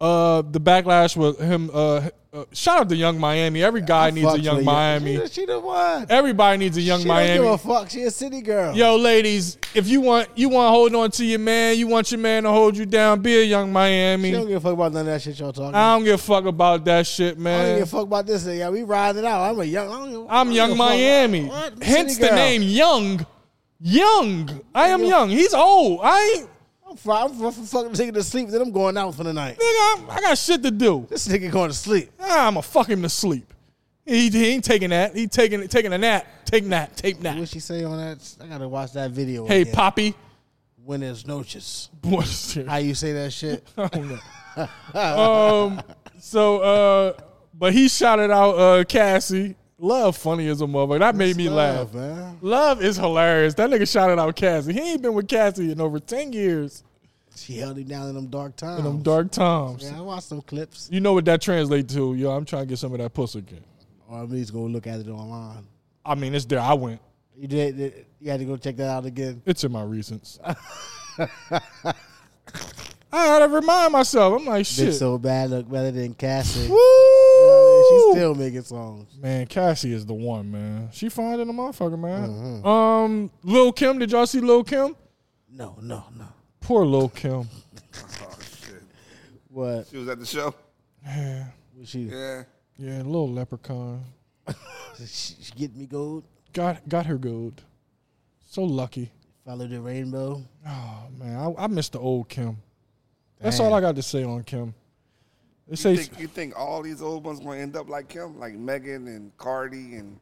S2: Uh, the backlash was him. Uh, uh, shout out to Young Miami. Every guy needs a
S1: Fuck
S2: Young
S1: Leah.
S2: Miami.
S1: She, the- she the one.
S2: Everybody needs a Young
S1: she
S2: Miami.
S1: Don't give a fuck. She a city girl.
S2: Yo, ladies, if you want you want to hold on to your man, you want your man to hold you down. Be a Young Miami.
S1: She don't give a fuck about none of that shit y'all talking. about.
S2: I don't give a fuck about that shit,
S1: I don't
S2: man.
S1: give a fuck about this. Thing. Yeah, we riding it out. I'm a young. I don't give, I
S2: I'm
S1: don't
S2: Young
S1: give a fuck.
S2: Miami.
S1: What? City
S2: Hence the
S1: girl.
S2: name Young. Young. I am young. He's old. I ain't.
S1: I'm fine. I'm fu- fu- fucking taking to sleep. Then I'm going out for the night.
S2: Nigga, I, I got shit to do.
S1: This nigga going to sleep.
S2: Ah, I'ma fuck him to sleep. He, he ain't taking that. He taking taking a nap. Take nap. Take nap.
S1: What she say on that? I gotta watch that video.
S2: Hey,
S1: again.
S2: Poppy. [laughs]
S1: Buenas noches.
S2: Boy, shit.
S1: How you say that shit? [laughs]
S2: I don't know. um, so, uh, but he shouted out uh, Cassie. Love funny as a motherfucker. That made me
S1: Love,
S2: laugh.
S1: man.
S2: Love is hilarious. That nigga shouted out Cassie. He ain't been with Cassie in over 10 years
S1: She held him down in them dark times.
S2: in them dark times.
S1: Yeah, I watched some clips.
S2: You know what that translates to. Yo, I'm trying to get some of that pussy again.
S1: Or I'm just gonna look at it online.
S2: I mean, it's there. I went.
S1: You did. You had to go check that out again.
S2: It's in my recents. I had to remind myself. I'm like,
S1: Been
S2: shit.
S1: so bad look better than Cassie.
S2: Woo!
S1: She's still making songs.
S2: Man, Cassie is the one, man. She fine in the motherfucker, man. Um, Lil Kim, did y'all see Lil Kim?
S1: No, no, no.
S2: Poor Lil Kim.
S3: Oh shit!
S1: What?
S3: She was at the show.
S2: Yeah,
S1: Was She,
S3: Yeah.
S2: yeah, Lil Leprechaun.
S1: she, she get me gold.
S2: Got got her good. So lucky.
S1: Follow the rainbow.
S2: Oh man, I, I miss the old Kim. That's
S1: Damn.
S2: all I got to say on Kim. They
S3: You
S2: say
S3: think, you think all these old ones gonna end up like him, like Megan and Cardi and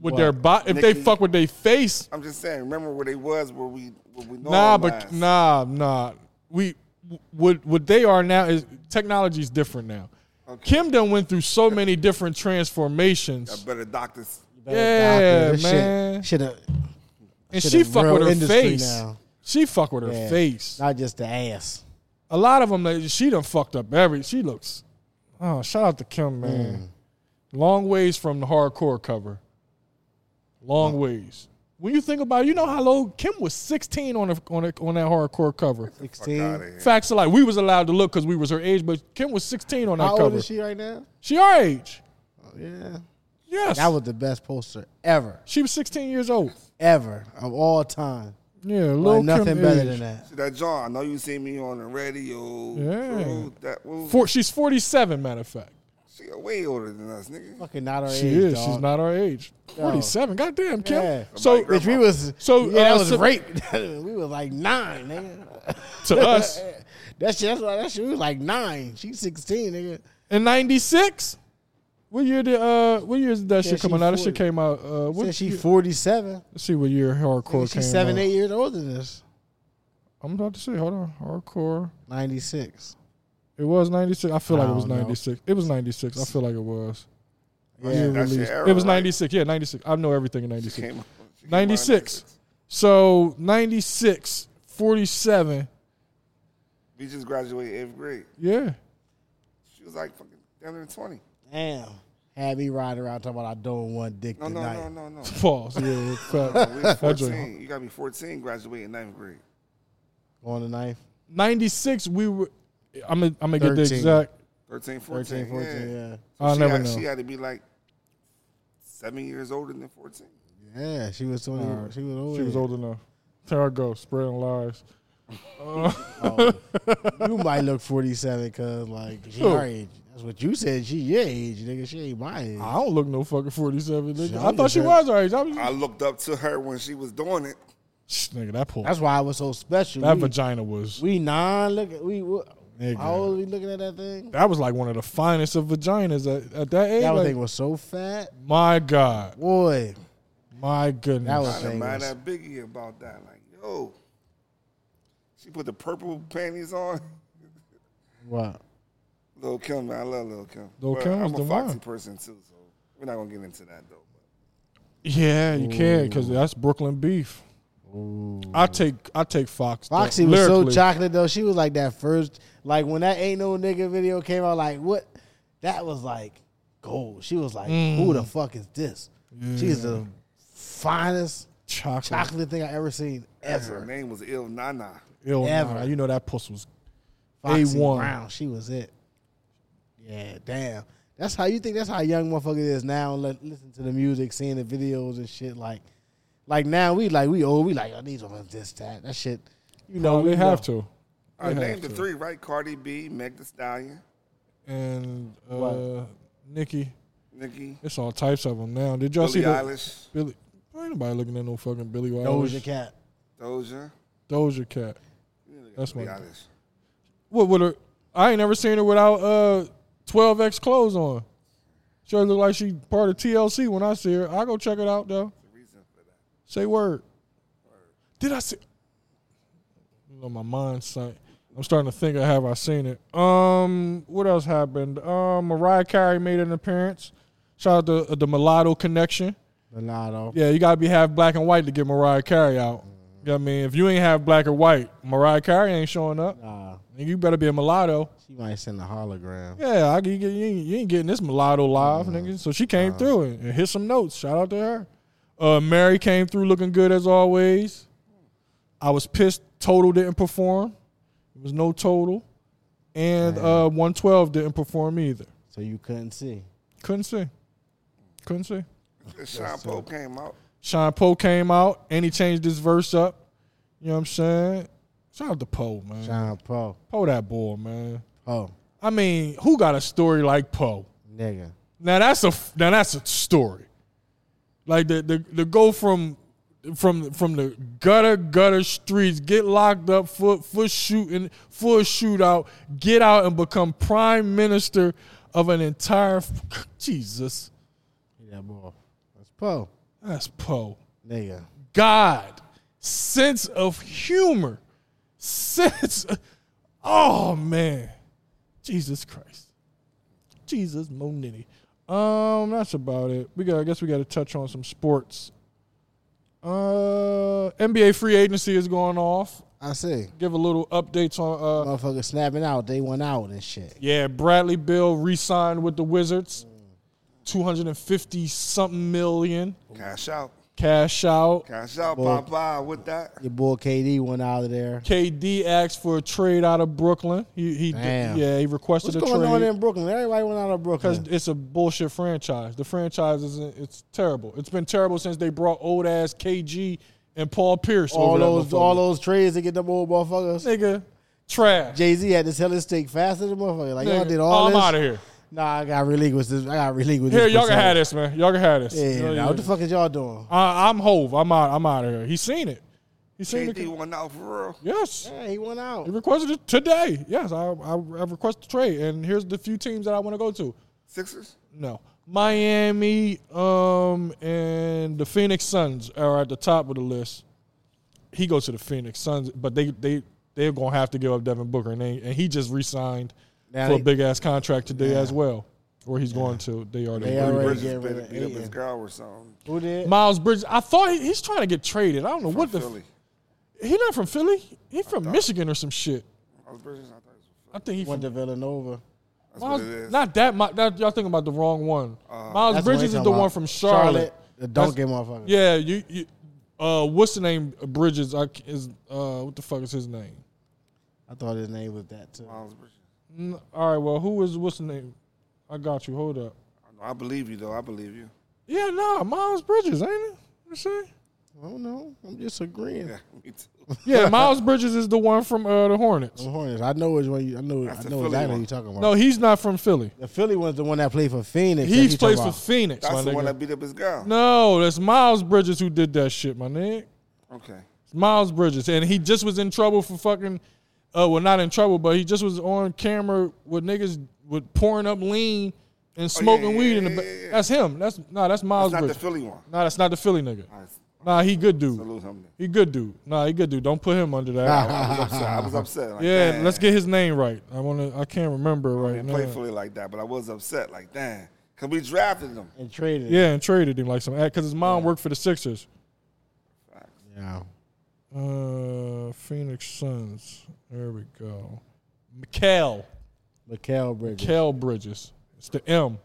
S2: with
S1: What?
S2: their bot, if they
S3: Nicki?
S2: fuck with their face,
S3: I'm just saying. Remember where they was, where we, where we know.
S2: Nah, but nah, nah. We what what they are now is technology's different now.
S3: Okay.
S2: Kim done went through so many different
S3: I
S2: transformations,
S3: better doctors.
S2: Yeah,
S1: Doctor, this
S2: man.
S1: Shit, shit a,
S2: and
S1: shit
S2: she
S1: a
S2: fuck
S1: real
S2: with her
S1: industry
S2: face.
S1: now.
S2: She fuck with her
S1: yeah.
S2: face.
S1: not just the ass.
S2: A lot of them, like, she done fucked up every. She looks. Oh, shout out to
S1: Mm.
S2: Kim, man. Long ways from the hardcore cover. Long ways. When you think about it, you know how low Kim was 16 on a, on a, on that hardcore cover.
S3: Fuck out of
S1: Sixteen.
S3: here.
S2: Facts are like we was allowed to look because we was her age, but Kim was 16 on that
S1: How old
S2: cover.
S1: is
S2: She?
S1: she right now?
S2: our age.
S1: Oh, yeah,
S2: Yes.
S1: that was the best poster ever,
S2: she was 16 years old.
S1: ever of all time.
S2: Yeah,
S1: Like
S2: little
S1: nothing
S2: Kim
S1: better
S2: age.
S1: than that.
S3: That John, I know you seen me on the radio.
S2: Yeah.
S3: Drew, that was
S2: For, she's 47, matter of fact.
S3: she way older than us,
S2: Oh,
S3: nigga.
S1: Fucking not our
S2: She
S1: age.
S2: is.
S1: dog.
S2: She's not our age.
S1: No.
S2: 47. Goddamn, Kim.
S1: Yeah.
S2: So
S1: Bitch, we was
S2: So,
S1: so
S2: uh,
S1: yeah, that was
S2: so-
S1: rape. [laughs] we was like nine, nigga. [laughs]
S2: to us
S1: that shit, that's why that shit. We was like nine. She's sixteen, nigga.
S2: in '96. What year did uh? What year is that
S1: Yeah,
S2: shit
S1: she
S2: coming out? That
S1: 40.
S2: shit came out. Uh, what
S1: Since she
S2: year-
S1: forty-seven,
S2: Let's see what year hardcore came
S1: she's seven,
S2: out.
S1: eight years older than us.
S2: I'm about to say. Hold on, hardcore.
S1: Ninety-six.
S2: It was '96. I feel like it
S1: I
S2: was
S1: don't know.
S2: '96. It was '96. I feel like it was.
S1: Yeah,
S2: year
S3: that's your
S2: released.
S3: era,
S2: it was
S3: right?
S2: 96. Yeah, 96. I know everything in 96.
S3: Came out- she came out in
S2: 96. So 96, 47.
S3: We just graduated eighth grade.
S2: Yeah.
S3: She was like fucking down there twenty.
S1: Damn. Had me riding around talking about I don't want dick
S3: No, no,
S1: tonight.
S3: no, no,
S2: [laughs]
S3: no.
S2: False. Yeah.
S1: [laughs]
S2: fact.
S3: We was
S2: That's right.
S3: fourteen. You gotta be fourteen graduating ninth grade.
S1: On the knife.
S2: 96. We were. I'm gonna. I'm gonna get the
S1: 13.
S2: exact.
S3: 13, 14.
S1: 13, 14,
S3: yeah.
S1: yeah.
S3: So
S2: I'll
S3: she
S2: never
S3: had,
S2: know.
S3: She had to be like seven years older than fourteen.
S1: yeah. she was twenty.
S2: Alright.
S1: She was older.
S2: She was old enough. There I go, spreading lies.
S1: You might look forty-seven, cause like she
S2: Who?
S1: our age. That's what you said. She your age, nigga. She ain't my age.
S2: I don't look no fucking 47. Nigga.
S1: She
S2: I thought she
S1: understand.
S2: was alright. I was,
S3: I looked up to her when she was doing it.
S2: Shh, nigga, that pool.
S1: That's why I was so special.
S2: That
S1: we,
S2: vagina was.
S1: we non look. at- We, we
S2: Nigga.
S1: how old we looking at that thing?
S2: that was like one of the finest of vaginas at, at that age.
S1: That
S2: like,
S1: thing was so fat,
S2: my God.
S1: boy.
S2: My goodness.
S1: That was
S3: I done mad
S1: famous.
S3: at Biggie about that. Like, yo, she put the purple panties on.
S1: What?
S3: Lil Kim, man, I love Lil Kim.
S2: Lil
S3: But
S2: Kim was
S3: I'm
S2: the
S3: a Foxy
S2: one.
S3: person too, so we're not gonna get into that though.
S2: Yeah, you can because that's Brooklyn beef. I take I take Fox. though,
S1: Foxy was so
S2: lyrically.
S1: chocolate though. She was like that first, like when that ain't no nigga video came out. Like what? That was like gold. She was like, who
S2: Mm.
S1: the fuck is this? She's the finest
S2: chocolate.
S1: chocolate thing I ever seen
S3: Her
S1: ever.
S3: name was Il Nana.
S2: Ill
S1: Ever.
S2: nah, you know that puss was.
S1: Foxy
S2: A1.
S1: Brown. She was it. Yeah, damn. That's how you think. That's how young motherfucker is now. Let, listen to the music, seeing the videos and shit. Like, like now we like we old. We like I need some this that that shit. You know
S2: No,
S1: we
S2: they have
S1: know.
S2: to.
S3: I
S2: They have
S3: named the
S2: to.
S3: three, right? Cardi B, Meg Thee Stallion,
S2: And uh,
S1: What?
S2: Nikki.
S3: Nicki,
S2: It's all types of them now. Did y'all
S3: Billie
S2: see that?
S3: Eilish,
S2: Billy. Ain't nobody looking at no fucking Billy Eilish.
S1: Doja Cat.
S3: Doja.
S2: Doja Cat.
S3: You need to
S2: That's
S3: to be
S2: my.
S3: honest.
S2: What would her? I ain't never seen her without uh 12x clothes on. She look like she part of TLC when I see her. I go check it out though.
S3: The reason for that.
S2: Say word. Did I see? You know, my mind sank. I'm starting to think I have I seen it. Um, what else happened? Um, Mariah Carey made an appearance. Shout out to uh, the mulatto connection.
S1: Leonardo.
S2: Yeah, you gotta be half black and white to get Mariah Carey out. You know what I mean, if you ain't half black or white, Mariah Carey ain't showing up.
S1: Nah,
S2: And you better be a mulatto.
S1: she might send a hologram.
S2: Yeah, I can get you. Ain't, you ain't getting this mulatto live, nigga. So she came through and, and hit some notes. Shout out to her. Uh, Mary came through looking good as always. I was pissed. Total didn't perform. There was no total, and uh, one twelve didn't perform either.
S1: So you couldn't see.
S2: Couldn't see. Couldn't see.
S3: The Sean Poe came out.
S2: Sean Poe came out and he changed his verse up. You know what I'm saying? Shout out to Poe, man.
S1: Sean Pro.
S2: Poe that boy, man.
S1: Oh,
S2: I mean, who got a story like Poe?
S1: nigga.
S2: Now that's a now that's a story. Like the the, the go from from from the gutter gutter streets, get locked up for for shooting for a shootout, get out and become prime minister of an entire f- Jesus.
S1: That boy. That's Pro.
S2: That's Poe.
S1: Nigga.
S2: God, sense of humor, sense. Oh man, Jesus Christ, Jesus Monity. Um, that's about it. We got. I guess we got to touch on some sports. Uh, NBA free agency is going off.
S1: I see.
S2: Give a little updates on. Uh,
S1: Motherfucker snapping out. They went out and shit.
S2: yeah, Bradley Bill re-signed with the Wizards, two hundred and fifty something million
S3: Cash out.
S2: cash out.
S3: Cash out,
S1: Well-
S3: Papa, with that.
S1: Your boy KD went out of there.
S2: KD asked for a trade out of Brooklyn. He, he
S1: Damn.
S2: yeah, he requested
S1: What's
S2: a
S1: going on
S2: trade
S1: in Brooklyn? Everybody went out of
S2: because
S1: Brooklyn.
S2: it's a bullshit franchise. The franchise isn't. It's terrible. It's been terrible since they brought old ass KG and Paul Pierce.
S1: All
S2: over that
S1: those,
S2: motherfucker.
S1: all those trades to get them old motherfuckers.
S2: nigga trash.
S1: Jay Z had to sell his steak faster than motherfucker. Like y'all
S2: Nigga,
S1: did all
S2: I'm
S1: this.
S2: out of here.
S1: Nah, I got relinquished. This. I got relinquished.
S2: Here,
S1: this
S2: y'all can
S1: percentage.
S2: have this, man. Y'all can have this.
S1: Yeah,
S2: Y'all-
S1: nah, what the fuck is y'all doing?
S2: I, I'm Hove. I'm out. I'm out of here. He seen it. He seen
S3: KD
S2: it.
S3: went out for real.
S2: Yes.
S1: Yeah, he went out.
S2: He requested it today. Yes, I, I, I requested the trade, and here's the few teams that I want to go to.
S3: Sixers?
S2: No. Miami um, and the Phoenix Suns are at the top of the list. He goes to the Phoenix Suns, but they they they're gonna have to give up Devin Booker, and, they, and he just re-signed
S1: Now
S2: for
S1: they-
S2: a big ass contract today as well. Or he's going to. They already.
S1: They
S2: agreed.
S1: already-
S3: Bridges
S1: get rid
S3: better
S1: of
S3: beat up his
S1: Ayton.
S3: girl or something.
S1: Who did?
S2: Miles Bridges. I thought he, he's trying to get traded. I don't know
S3: From
S2: what the.
S3: Philly.
S2: F- he not from Philly. He from Michigan or some shit.
S3: I was Bridges. I thought it was
S2: I think he
S1: went
S2: from.
S1: to Villanova.
S3: That's
S2: Miles,
S3: what it is. Uh,
S2: not that, Mi- that. Y'all thinking about the wrong one.
S1: That's
S2: Miles
S1: what they
S2: Bridges is
S1: talking
S2: the
S1: about.
S2: one from Charlotte.
S1: The
S2: That's-
S1: Duncan motherfucker.
S2: Yeah, you, you uh what's the name Bridges I, c- is uh what the fuck is his name?
S1: I thought his name was that too.
S3: Miles Bridges.
S2: N- all right, well, who is what's the name? I got you. Hold up.
S3: I know, I believe you, though. I believe you. [laughs]
S2: Yeah, nah, Miles Bridges, ain't it? You see?
S1: I don't know. I'm just agreeing.
S3: Yeah, me too. [laughs]
S2: Yeah, Miles Bridges is the one from uh the
S1: The
S2: Hornets.
S1: Hornets. I know which one. You, I know.
S3: That's
S1: I
S3: the
S1: know
S3: Philly
S1: exactly who
S3: one.
S1: you talking about.
S2: No, he's not from Philly.
S1: the Philly one's the one that played for Phoenix. that
S2: He's
S1: you talking
S2: plays for
S1: about.
S2: Phoenix,
S3: That's
S2: my
S3: the one
S2: nigga.
S3: that beat up his girl.
S2: No, that's Miles Bridges who did that shit, my nigga.
S3: Okay.
S2: Miles Bridges, and he just was in trouble for fucking. Uh, well, not in trouble, but he just was on camera with niggas with pouring up lean and smoking
S3: Oh, yeah,
S2: weed
S3: yeah,
S2: in the.
S3: yeah,
S2: Ba-
S3: yeah, yeah.
S2: That's him. That's no, that's
S3: It's
S2: Miles
S3: not the
S2: Bridges.
S3: Philly one.
S2: nah, that's not the Philly nigga.
S3: I s-
S2: Nah, he good dude.
S3: salute him.
S2: He good dude. Nah, he good dude. Don't put
S3: [laughs]
S2: him under that.
S3: I was upset. I was upset. Like,
S2: yeah,
S3: damn.
S2: let's get his name right. I want to. I can't remember
S3: I
S2: right
S3: didn't
S2: now.
S3: play Philly like that, but I was upset. Like, damn. Because we drafted him.
S1: and traded.
S2: Yeah, and traded him like some because his mom worked for the Sixers.
S1: Yeah.
S2: Uh, Phoenix Suns. There we go. Mikal.
S1: Mikael Bridges.
S2: Kel Bridges. It's the M.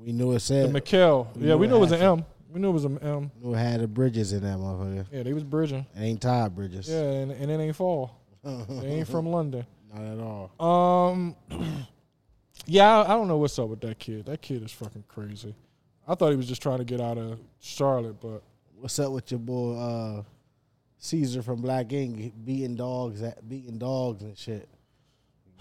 S1: We knew it
S2: The
S1: said.
S2: Mikel.
S1: we
S2: Yeah,
S1: knew
S2: we
S1: it
S2: knew it was an
S1: had
S2: M. We knew it was an M.
S1: knew it had the Bridges in that motherfucker.
S2: Yeah, they was bridging.
S1: It ain't Todd Bridges.
S2: Yeah, and, and it ain't fall. They ain't from London.
S1: Not at all.
S2: Um, [clears throat] yeah, I, I don't know what's up with that kid. That kid is fucking crazy. I thought he was just trying to get out of Charlotte, but
S1: What's up with your boy uh, Caesar from Black Ink beating dogs at beating dogs and shit?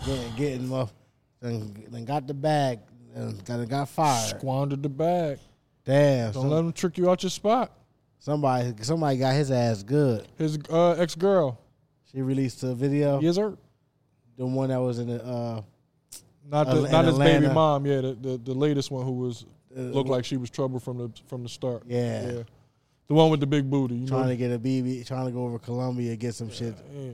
S1: Getting getting muff then, then got the bag and got, got fired.
S2: squandered the bag.
S1: Damn,
S2: Don't
S1: some-
S2: let him trick you out your spot.
S1: somebody somebody got his ass good.
S2: His uh, ex girl.
S1: She released a video,
S2: Yes, sir.
S1: the one that was in the uh,
S2: Not the,
S1: Al- Uh, in
S2: not his baby
S1: Atlanta.
S2: mom. Yeah, the, the, the latest one who was
S1: uh,
S2: looked like she was trouble from the from the start.
S1: Yeah.
S2: the one with the big booty. You
S1: trying
S2: know?
S1: to get a BB, trying to go over Colombia get some shit.
S2: yeah,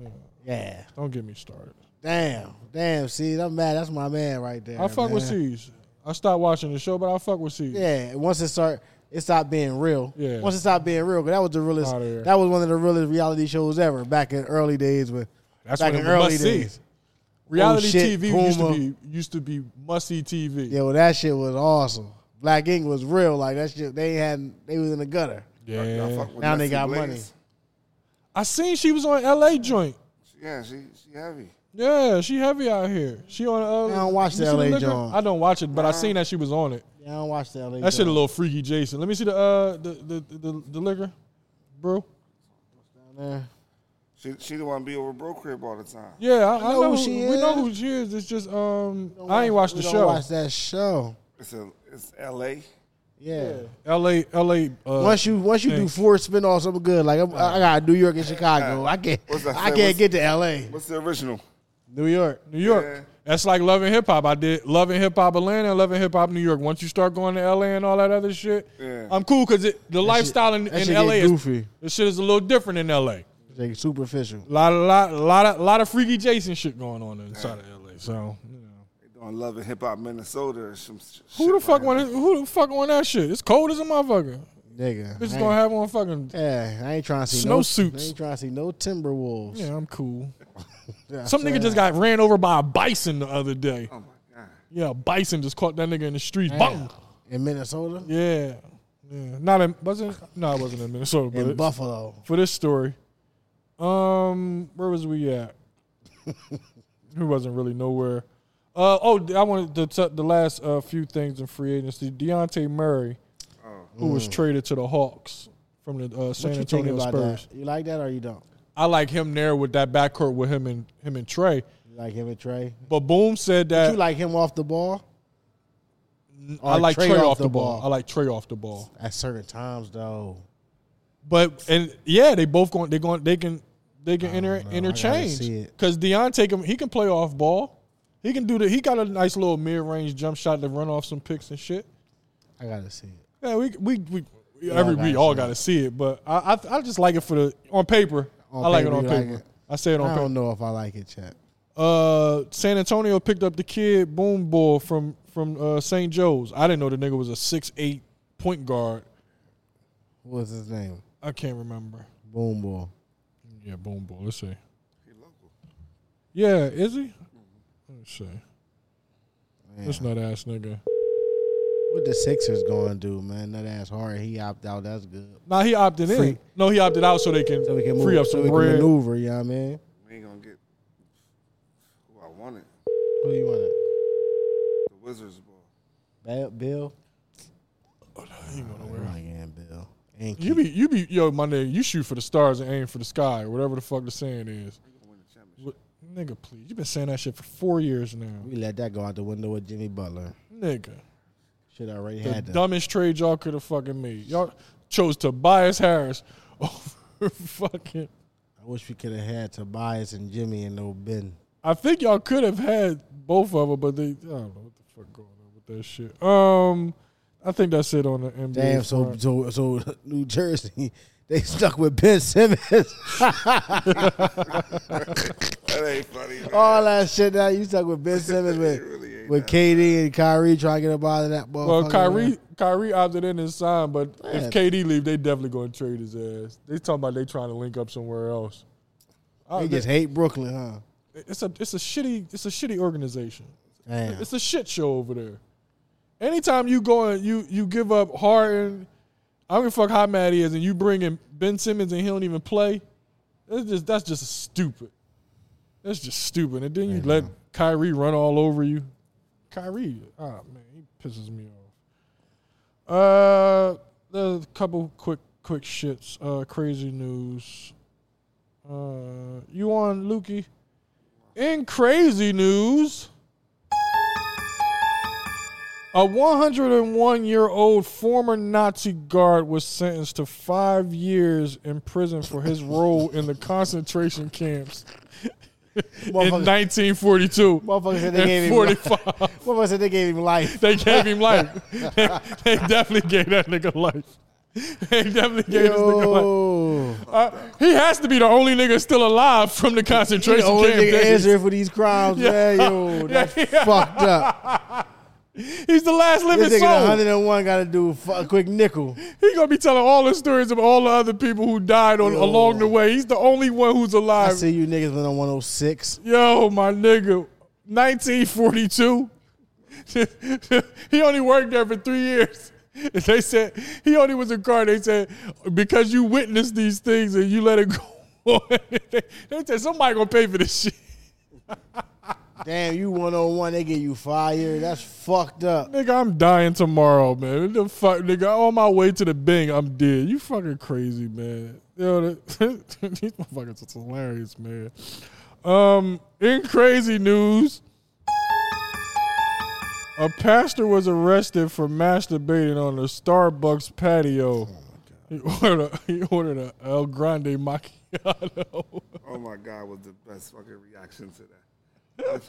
S2: yeah.
S1: Yeah,
S2: Don't get me started.
S1: damn, damn. See, I'm mad. That's my man right there.
S2: I fuck with
S1: man.
S2: Siege. I stopped watching the show, but I fuck with Siege.
S1: Yeah, and once it start, it stopped being real.
S2: Yeah.
S1: Once it stopped being real, 'cause that was the realest.
S2: Outta here.
S1: That was one of the realest reality shows ever back in early days. With
S2: That's
S1: back
S2: what it
S1: in
S2: was
S1: early
S2: must see.
S1: days.
S2: Reality
S1: Oh, shit,
S2: TV used to
S1: Puma.
S2: be used to be must see TV.
S1: Yeah, well, that shit was awesome. Black Ink was real. Like that shit, they had they was in the gutter.
S2: Yeah.
S3: Y'all fuck with
S1: Now they
S3: Nipsey
S1: got
S3: Blaze.
S1: money.
S2: I seen she was on LA joint.
S3: Yeah, she she heavy.
S2: Yeah, she heavy out here. She on. Uh,
S1: I don't watch
S2: you
S1: the
S2: see
S1: LA
S2: liquor?
S1: joint.
S2: I don't watch it, but I seen that she was on it.
S1: Yeah, I don't watch the LA.
S2: That shit a
S1: joint.
S2: little freaky, Jason. Let me see the uh the the the, the, the liquor, bro.
S1: Man.
S3: She she don't want to be over bro crib all the time.
S2: Yeah, I, I know,
S1: know who
S2: who-
S1: she
S2: We know
S1: is.
S2: who she is. It's just um,
S1: Don't
S2: I ain't watched
S1: we
S2: the
S1: don't
S2: show.
S1: Watch that show.
S3: It's a it's L.A.
S1: Yeah.
S2: L.A. L.A. Uh,
S1: Once you once you do
S2: thanks.
S1: four spin-offs, I'm good. Like I'm, I I got New York and Chicago.
S3: [laughs]
S1: I can't
S3: What's that
S1: I
S3: say?
S1: can't
S3: What's-
S1: get to
S3: [laughs]
S1: L.A.
S3: What's the original?
S1: New York.
S2: New York.
S3: Yeah.
S2: That's like Love and Hip Hop. I did Love and Hip Hop Atlanta, and Love and Hip Hop New York. Once you start going to L.A. and all that other shit,
S3: Yeah.
S2: I'm cool because the lifestyle in,
S1: that
S2: in
S1: shit get
S2: L.A. is
S1: goofy.
S2: the shit is a little different in L.A.
S1: They superficial.
S2: A lot, a lot, a lot, of, lot of freaky Jason shit going on inside of L.A. So. You know.
S3: They doing love and hip hop Minnesota or some. sh-
S2: Who
S3: shit
S2: the fuck
S3: like
S2: want? Who the fuck want that shit? It's cold as a motherfucker.
S1: Nigga.
S2: Bitch
S1: I
S2: gonna
S1: ain't-
S2: have on fucking.
S1: yeah, I ain't trying to see
S2: Snow
S1: no
S2: suits.
S1: I ain't trying to see no Timberwolves.
S2: Yeah, I'm cool.
S1: [laughs] Yeah,
S2: Some nigga
S1: so-
S2: just got ran over by a bison the other day.
S3: Oh my god.
S2: Yeah, a bison just caught that nigga in the streets.
S1: Damn.
S2: Bang.
S1: in Minnesota,
S2: Yeah, yeah. Not in wasn't no, it wasn't in Minnesota. But
S1: in
S2: it's-
S1: Buffalo.
S2: for this story, um, where was we at? [laughs] we wasn't really nowhere. Uh oh, I wanted to t- the last uh, few things in free agency. Deontay Murray,
S3: Oh.
S2: who was traded to the Hawks from the uh, San
S1: Mm. What you think
S2: Antonio
S1: about
S2: Spurs.
S1: that? You like that or you don't?
S2: I like him there with that backcourt with him and him and Trey.
S1: You like him and Trey?
S2: But Boom said that
S1: you like him off the ball
S2: I
S1: or
S2: like Trey, off the, ball. I like Trey off the ball.
S1: at certain times though.
S2: But and yeah, they both going they going they can they can
S1: don't
S2: inter,
S1: know. I
S2: interchange
S1: gotta see it.
S2: because Deontay can he can play off ball. He can do the he got a nice little mid range jump shot to run off some picks and shit.
S1: I gotta see it.
S2: Yeah, we we we
S1: We all
S2: every we
S1: gotta
S2: all
S1: see
S2: got to see it. But I, I I just like it for the on paper.
S1: On
S2: I like
S1: paper,
S2: it on
S1: you like
S2: paper.
S1: it.
S2: I say it on
S1: I
S2: paper.
S1: don't know if I like it, Chet.
S2: uh, San Antonio picked up the kid Boom Ball from from uh, St. Joe's. I didn't know the nigga was a six eight point guard.
S1: What was his name?
S2: I can't remember.
S1: Boom Ball.
S2: Yeah, Boom Ball. Let's see.
S3: He local.
S2: Yeah, is he? Oh, Let's see.
S1: Mm-hmm. Man,
S2: This nut ass nigga.
S1: What the Sixers going to do, man? That ass hard. He opt out. That's good.
S2: Nah, he opted in.
S1: Free.
S2: No, he opted out so they can,
S1: So we can move.
S2: free up
S1: so
S2: some
S1: we can
S2: bread.
S1: maneuver. You know what I mean?
S3: We ain't gonna get who I wanted.
S1: Who you want?
S3: The Wizards ball.
S1: Bill? Bill?
S2: He ain't going
S1: I'm
S2: nowhere.
S1: like, yeah, Bill. Ain't
S2: You be you be yo my nigga. You shoot for the stars and aim for the sky or whatever the fuck the saying is.
S3: We gonna win the championship.
S2: What, nigga, please. You been saying that shit for four years now,
S1: we let that go out the window with Jimmy Butler.
S2: nigga.
S1: Should already
S2: The
S1: had that.
S2: dumbest trade y'all could have fucking made. Y'all chose Tobias Harris [laughs] over fucking.
S1: I wish we could have had Tobias and Jimmy and no Ben.
S2: I think y'all could have had both of them, but they. I don't know what the fuck going on with that shit. Um, I think that's it on the NBA.
S1: Damn, so
S2: front.
S1: so so [laughs] New Jersey, they stuck with Ben Simmons. [laughs]
S3: That ain't funny. man.
S1: All that shit now you stuck with Ben Simmons
S3: It
S1: with
S3: really ain't
S1: with KD and Kyrie trying to get up out of that ball.
S2: well, Kyrie Kyrie opted in and signed, but
S1: Yeah.
S2: if KD leave, they definitely going to trade his ass. They talking about they trying to link up somewhere else. I-
S1: They just hate Brooklyn, huh?
S2: it's a it's a shitty it's a shitty organization.
S1: [laughs] Damn.
S2: It's a shit show over there. Anytime you go and you you give up Harden, I don't give a fuck how mad he is, and you bring in Ben Simmons and he don't even play. That's just that's just stupid. That's just stupid. And then you let Kyrie run all over you. Kyrie, ah man, he pisses me off. Uh, there's a couple quick quick shits. Uh, crazy news. Uh, you on Lukey? In crazy news. A 101 year old former Nazi guard was sentenced to five years in prison for his role in the concentration camps in
S1: Motherfucker-
S2: 1942.
S1: Motherfucker said they
S2: and
S1: gave him-
S2: 45.
S1: Motherfucker said they gave him
S2: [laughs]
S1: life.
S2: They gave him life.
S1: [laughs]
S2: they, they definitely gave that nigga life. They definitely gave this nigga life.
S1: Yo.
S2: Uh, he has to be the only nigga still alive from the
S1: He
S2: concentration
S1: the only
S2: camp.
S1: nigga
S2: days.
S1: answering for these crimes,
S2: Yeah.
S1: man.
S2: [laughs]
S1: Yo, that's
S2: Yeah.
S1: fucked up.
S2: He's the last living
S1: This nigga
S2: soul.
S1: 101 got to do fu- a quick nickel.
S2: He gonna be telling all the stories of all the other people who died on
S1: Yo.
S2: along the way. He's the only one who's
S1: I
S2: alive.
S1: see you niggas went on 106.
S2: Yo, my nigga, 1942. [laughs] he only worked there for three years. [laughs] And They said he only was a guard. They said because you witnessed these things and you let it go. [laughs] on." they, they said somebody gonna pay for this shit.
S1: Damn, you 101, they give you five years. That's fucked up.
S2: Nigga, I'm dying tomorrow, man. What The fuck, nigga, on my way to the Bing, I'm dead. You fucking crazy, man. Yo, [laughs] that- these motherfuckers are hilarious, man. Um, in crazy news, a pastor was arrested for masturbating on a Starbucks patio. he ordered a, he ordered a El Grande macchiato.
S3: Oh my God, was the best fucking reaction to that.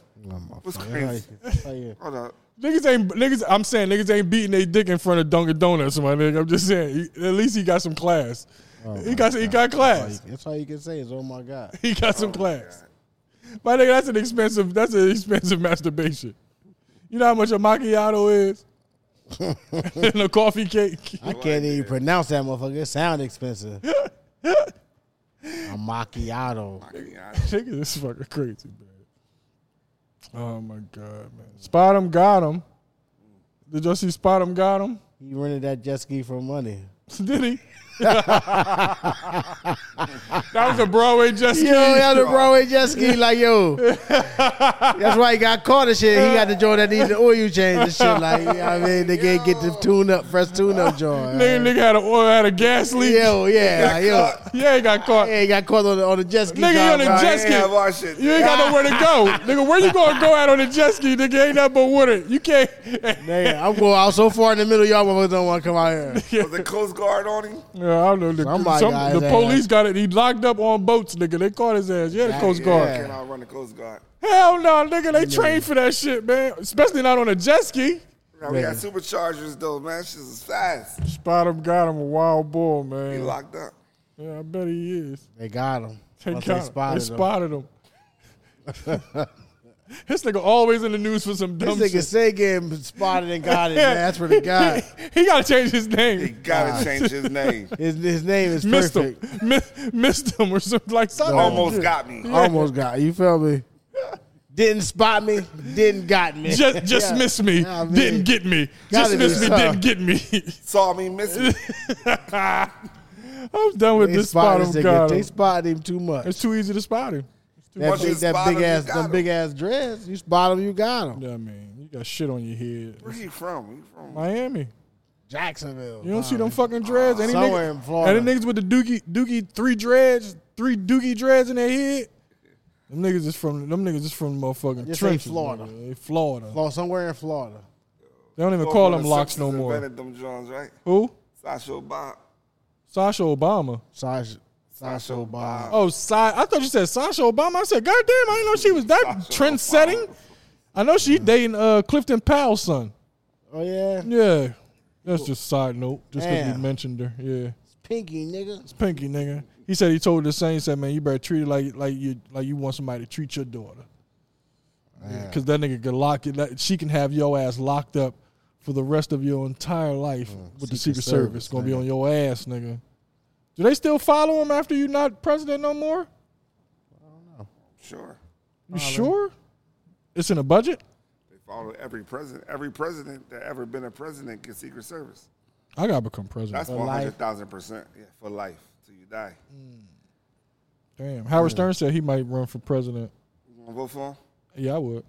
S3: What's crazy?
S1: crazy?
S3: Hold up.
S2: Niggas ain't niggas. I'm saying niggas ain't beating their dick in front of Dunkin' Donuts, my nigga. I'm just saying. he- at least he got some class. he got he got class.
S1: That's all you can say is, oh my God.
S2: He got some
S3: Oh my
S2: class.
S3: God.
S2: My nigga, that's an expensive. That's an expensive [laughs] masturbation. You know how much a macchiato is, and a coffee cake.
S1: I can't even pronounce that motherfucker. It sound expensive. [laughs] a macchiato.
S3: Yeah,
S2: [laughs] Nigga, this is fucking crazy, man. Oh my god, man. Spot him, got him. Did y'all see Spot him, got him?
S1: He rented that jet ski for money.
S2: [laughs] Did he? [laughs] that was a Broadway jet ski.
S1: Yo, yeah, the Broadway jet ski, like yo. That's why he got caught and shit. He got the joint that needed the oil change and shit. Like, you know what I mean, they can't get the tune up, fresh tune up joint.
S2: Nigga, nigga had a oil, had a gas leak. Yeah,
S1: Yo, yeah, like, yo.
S2: he got caught.
S1: Yeah, he got caught on the, on the jet ski.
S2: Nigga, he on the
S1: job,
S2: jet
S1: right?
S2: ski.
S3: yeah, my shit.
S2: You ain't got nowhere to go, nigga. Where you gonna go out on a jet ski, nigga? Ain't nothing but water.
S1: [laughs]
S2: You can't.
S1: Nigga, I'm going out so far in the middle, y'all motherfuckers don't want to come out
S2: [laughs]
S1: here.
S3: Was the Coast Guard on him?
S2: Yeah, I don't know. The,
S1: Somebody
S2: some-
S1: got
S2: the
S1: his ass.
S2: police got it. He locked up on boats, nigga. They caught his ass. Yeah, the Coast Guard.
S3: Yeah, can I run the Coast Guard?
S2: Hell no, nigga. They trained for that shit, man. Especially not on a jet ski.
S3: Now, we got superchargers though, man. Shit is fast.
S2: Spot him, got him. A wild bull,
S3: He
S2: man.
S3: locked up.
S2: Yeah, I bet he is.
S1: They got him.
S2: They,
S1: Once
S2: got
S1: they
S2: him.
S1: spotted
S2: They
S1: him.
S2: spotted him.
S1: [laughs]
S2: this nigga always in the news for some dumb
S1: This nigga
S2: shit.
S1: say getting spotted and got it, man. That's what he
S2: [laughs]
S1: got.
S2: he gotta change his
S3: He
S2: name.
S3: gotta change his [laughs] name.
S1: His, his name is
S2: Missed him.
S1: perfect.
S2: [laughs] Mi- missed him or something like something.
S3: Almost got me.
S1: Almost got it, you feel
S2: [laughs]
S1: me? Didn't spot me, didn't got me. [laughs]
S2: Just, just
S1: Yeah.
S2: missed me.
S1: Nah, man.
S2: didn't get me.
S1: Gotta
S2: Just
S1: do
S2: missed me.
S1: something.
S2: Didn't get me. [laughs]
S3: Saw me missing.
S2: I'm done with
S1: They
S2: this spot.
S1: spotted this
S2: of
S1: nigga.
S2: God.
S1: They spotted him too much.
S2: It's too easy to spot him.
S1: That
S3: Once you
S1: big, that
S3: spot
S1: big
S3: 'em, you
S1: ass,
S3: got
S1: them
S3: 'em.
S1: big ass dress. You spot him, you got him.
S2: Yeah, I mean, you got shit on your head.
S3: Where he from? He
S2: [laughs]
S3: from
S2: Miami.
S1: Jacksonville.
S2: You don't see them fucking dreads. Any
S1: Somewhere
S2: nigga,
S1: in Florida.
S2: Any niggas with the dookie, dookie three dreads, three dookie dreads in their head. Them niggas is from them niggas is from motherfucking
S1: Just say
S2: trenches.
S1: Florida.
S2: nigga. They Florida.
S1: Flo- Oh, somewhere in Florida.
S2: They don't even call them
S3: the
S2: locks no
S3: Simpsons
S2: more.
S3: Invented them Jones, right?
S2: Who?
S3: Sasha Bob.
S2: Sasha Obama.
S1: Sasha, Sasha
S3: Sasha
S1: Obama.
S3: Obama.
S2: Oh, Sa- I thought you said Sasha Obama. I said, God damn, I didn't know she was that
S3: Sasha
S2: trend setting.
S3: Obama.
S2: I know she dating uh, Clifton Powell's son.
S1: Oh yeah,
S2: Yeah. That's just side note, just because we
S1: Damn.
S2: mentioned her. Yeah.
S1: Pinky nigga.
S2: Pinky nigga. He said he told the same. He said, man, you better treat it like like you like you want somebody to treat your daughter. Because that nigga could lock it. That, she can have your ass locked up for the rest of your entire life with the
S1: Secret
S2: Secret Service.
S1: Service,
S2: Gonna be
S1: nigga.
S2: on your ass, nigga. Do they still follow him after you not president no more?
S3: Sure.
S2: You sure? It's in a budget.
S3: They follow every president. Every president that ever been a president gets Secret Service.
S2: I gotta become president. Oh,
S3: That's
S1: For
S3: one
S1: life.
S3: hundred thousand percent. Yeah, for life till you die.
S2: Mm. Damn. Howard Stern said he might run for president.
S3: You want to vote for him?
S2: Yeah, I would.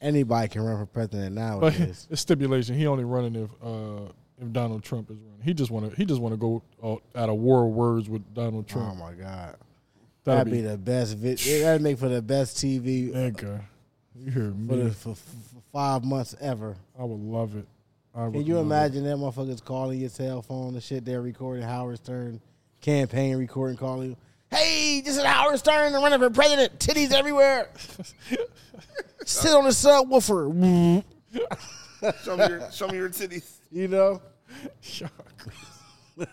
S1: Anybody can run for president
S2: But
S1: nowadays.
S2: [laughs] it's stipulation. He only running if uh, if Donald Trump is running. He just want to. He just want to go uh, out of war of words with Donald
S1: oh
S2: Trump.
S1: my god,
S2: That'd
S1: that'd be,
S2: be
S1: the best. Vid- that'd make for the best TV
S2: nigga. You
S1: for,
S2: hear me?
S1: the, for, for five months ever.
S2: I would love it. I would
S1: Can you
S2: love
S1: imagine that motherfuckers calling your cell phone and shit? They're recording Howard Stern campaign recording, calling you. Hey, this is Howard Stern, the running for president. Titties everywhere. Sit on the subwoofer.
S3: Show me
S2: [laughs]
S3: your, show me your titties.
S1: You know,
S2: it.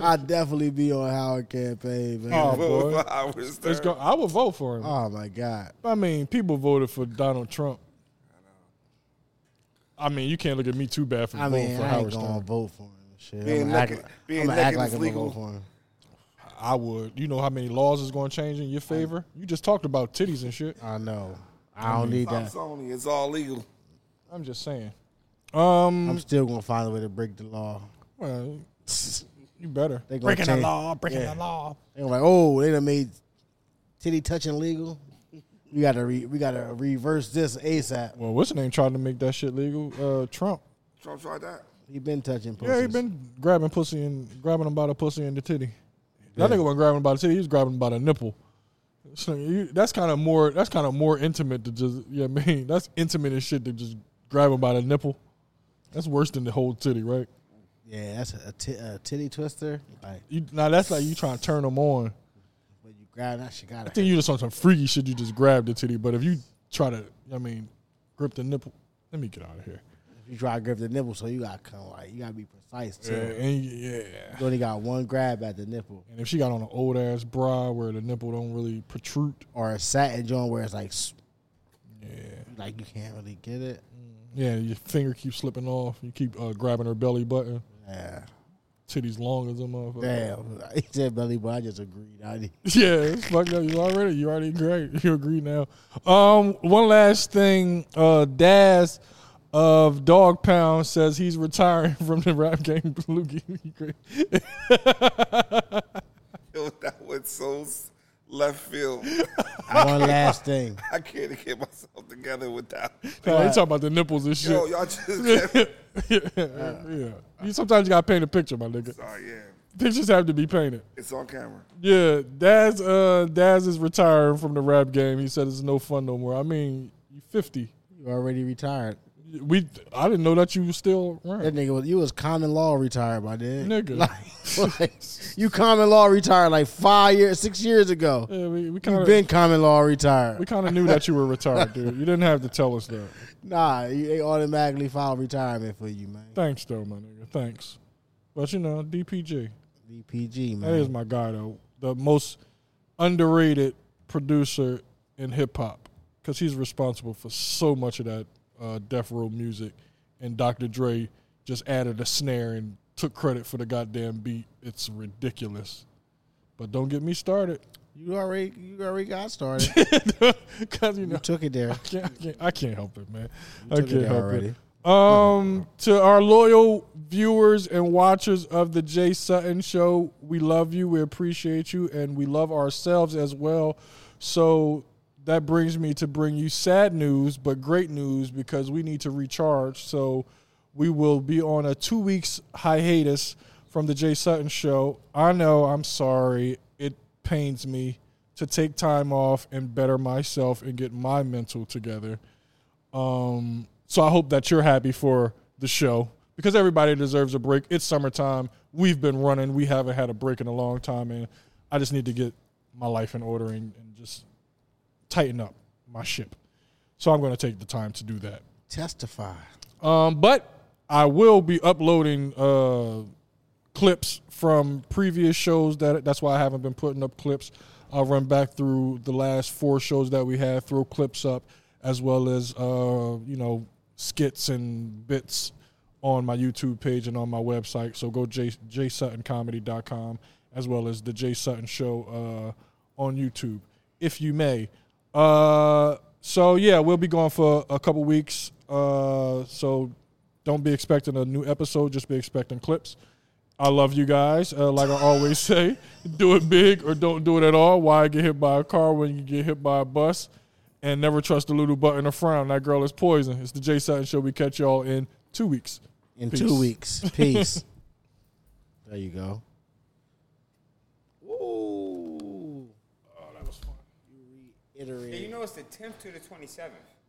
S2: [laughs]
S1: I definitely be on Howard campaign, man.
S3: [laughs]
S2: Oh,
S1: Oh,
S2: boy.
S3: Four hours
S2: Let's
S3: there.
S2: go. I would vote for him.
S1: my god,
S2: I mean, people voted for Donald Trump. I mean, you can't look at me too bad for
S1: I
S2: voting
S1: mean,
S2: for
S1: I ain't
S2: Howard
S1: gonna
S2: Stern.
S1: vote for him. and Shit,
S3: Being
S1: I'm gonna act,
S3: naked-
S1: like-
S3: being
S1: I'm gonna
S3: naked
S1: act like
S3: is
S1: I'm
S3: legal.
S1: gonna vote for him.
S2: I would. You know how many laws is going to change in your favor? You just talked about titties and shit.
S1: I know. I don't need
S3: Stop
S1: that.
S3: Sony. It's all legal.
S2: I'm just saying. Um,
S1: I'm still gonna find a way to break the law.
S2: well, [laughs] you better.
S1: They gonna
S2: breaking the
S1: change-
S2: law, breaking
S1: yeah.
S2: the law.
S1: They were like, oh, they done made titty touching legal. We gotta re- we gotta reverse this ASAP.
S2: Well, what's the name trying to make that shit legal? Uh, Trump.
S3: Trump tried that. [laughs]
S1: He been touching pussies.
S2: Yeah, he been grabbing pussy and grabbing him by the pussy and the titty. That nigga wasn't grabbing by the titty; he was grabbing by the nipple. So you, that's kind of more. That's kind of more intimate to just. Yeah, [laughs] I mean, that's intimate as shit to just grab him by the nipple. That's worse than the whole titty, right?
S1: Yeah, that's a, ti- a titty twister. Like,
S2: You, now that's like you trying to turn them on.
S1: when you grab that, she got
S2: I think
S1: it.
S2: you just on some freaky shit. You just grab the titty, but if you try to, I mean, grip the nipple. Let me get out of here.
S1: You try to grab the nipple, so you gotta come like you gotta be precise too.
S2: Yeah, and yeah.
S1: You only got one grab at the nipple,
S2: And if she got on an old ass bra where the nipple don't really protrude,
S1: or a satin joint where it's like s-
S2: yeah.
S1: like you can't really get it.
S2: Yeah, your finger keeps slipping off. You keep uh, grabbing her belly button.
S1: Yeah,
S2: Titties long as a motherfucker.
S1: damn. [laughs] He said belly, but I just agreed. I did.
S2: [laughs] Yeah, it's fucked up. You already, you already agree. [laughs] You agree now. Um, one last thing. Uh, Daz of Dog Pound says he's retiring [laughs] from the rap game. Loogie,
S3: Yo, that was so s- left field.
S1: One last
S2: [laughs]
S1: thing.
S3: I can't get myself together with that.
S2: they talking about the nipples and shit.
S3: Yo, y'all just. [laughs] Kept,
S2: [laughs] yeah, You sometimes you gotta paint a picture, my nigga.
S3: oh yeah,
S2: Pictures have to be painted.
S3: it's on camera.
S2: Yeah, Daz uh Daz is retiring from the rap game. He said it's no fun no more. I mean, you 50.
S1: You already retired.
S2: We I didn't know that you were still
S1: That
S2: around.
S1: nigga was you was common law retired by then.
S2: Nigga.
S1: [laughs] Like, like, [laughs] you common law retired like five years, six years ago.
S2: Yeah, we, we
S1: you
S2: kind of
S1: been common law
S2: we
S1: retired.
S2: kind of knew that you were retired, dude. You didn't have to tell us that.
S1: Nah, you, they automatically file retirement for you, man.
S2: Thanks though, my nigga. Thanks. But you know, DPG.
S1: DPG,
S2: That is
S1: man.
S2: my guy though. The most underrated producer in hip hop cuz he's responsible for so much of that uh Death Row music and Dr. Dre just added a snare and took credit for the goddamn beat. It's ridiculous. But don't get me started. [laughs]
S1: You already you already got started.
S2: Cuz you
S1: you
S2: know
S1: took it there.
S2: can't, I, can't, I can't help it, man. I
S1: took it
S2: can't
S1: there
S2: help
S1: already.
S2: it. Um, to our loyal viewers and watchers of the Jay Sutton Show, we love you, we appreciate you, and we love ourselves as well. So that brings me to bring you sad news, but great news because we need to recharge. So we will be on a two weeks hiatus from the Jay Sutton Show. I know, I'm sorry. It pains me to take time off and better myself and get my mental together. Um, so I hope that you're happy for the show because everybody deserves a break. It's summertime. We've been running. We haven't had a break in a long time, and I just need to get my life in order and, and just tighten up my ship. So I'm going to take the time to do that.
S1: Testify.
S2: Um, but I will be uploading uh, clips from previous shows. That that's why I haven't been putting up clips. I'll run back through the last four shows that we had, throw clips up, as well as uh, you know skits and bits on my YouTube page and on my website. So go j jsuttoncomedy.com as well as the Jay Sutton Show uh, on YouTube, if you may. Uh, so yeah, we'll be gone for a couple weeks. Uh, so don't be expecting a new episode. Just be expecting clips. I love you guys. Uh, like I always [laughs] say, do it big or don't do it at all. Why get hit by a car when you get hit by a bus? And never trust a little button or frown. That girl is poison. It's the Jay Sutton Show. We catch y'all in two weeks.
S1: In
S2: Peace.
S1: two weeks. Peace. there you go.
S3: Ooh.
S2: Oh, that was fun.
S1: You
S3: know it's the 10th to the 27th.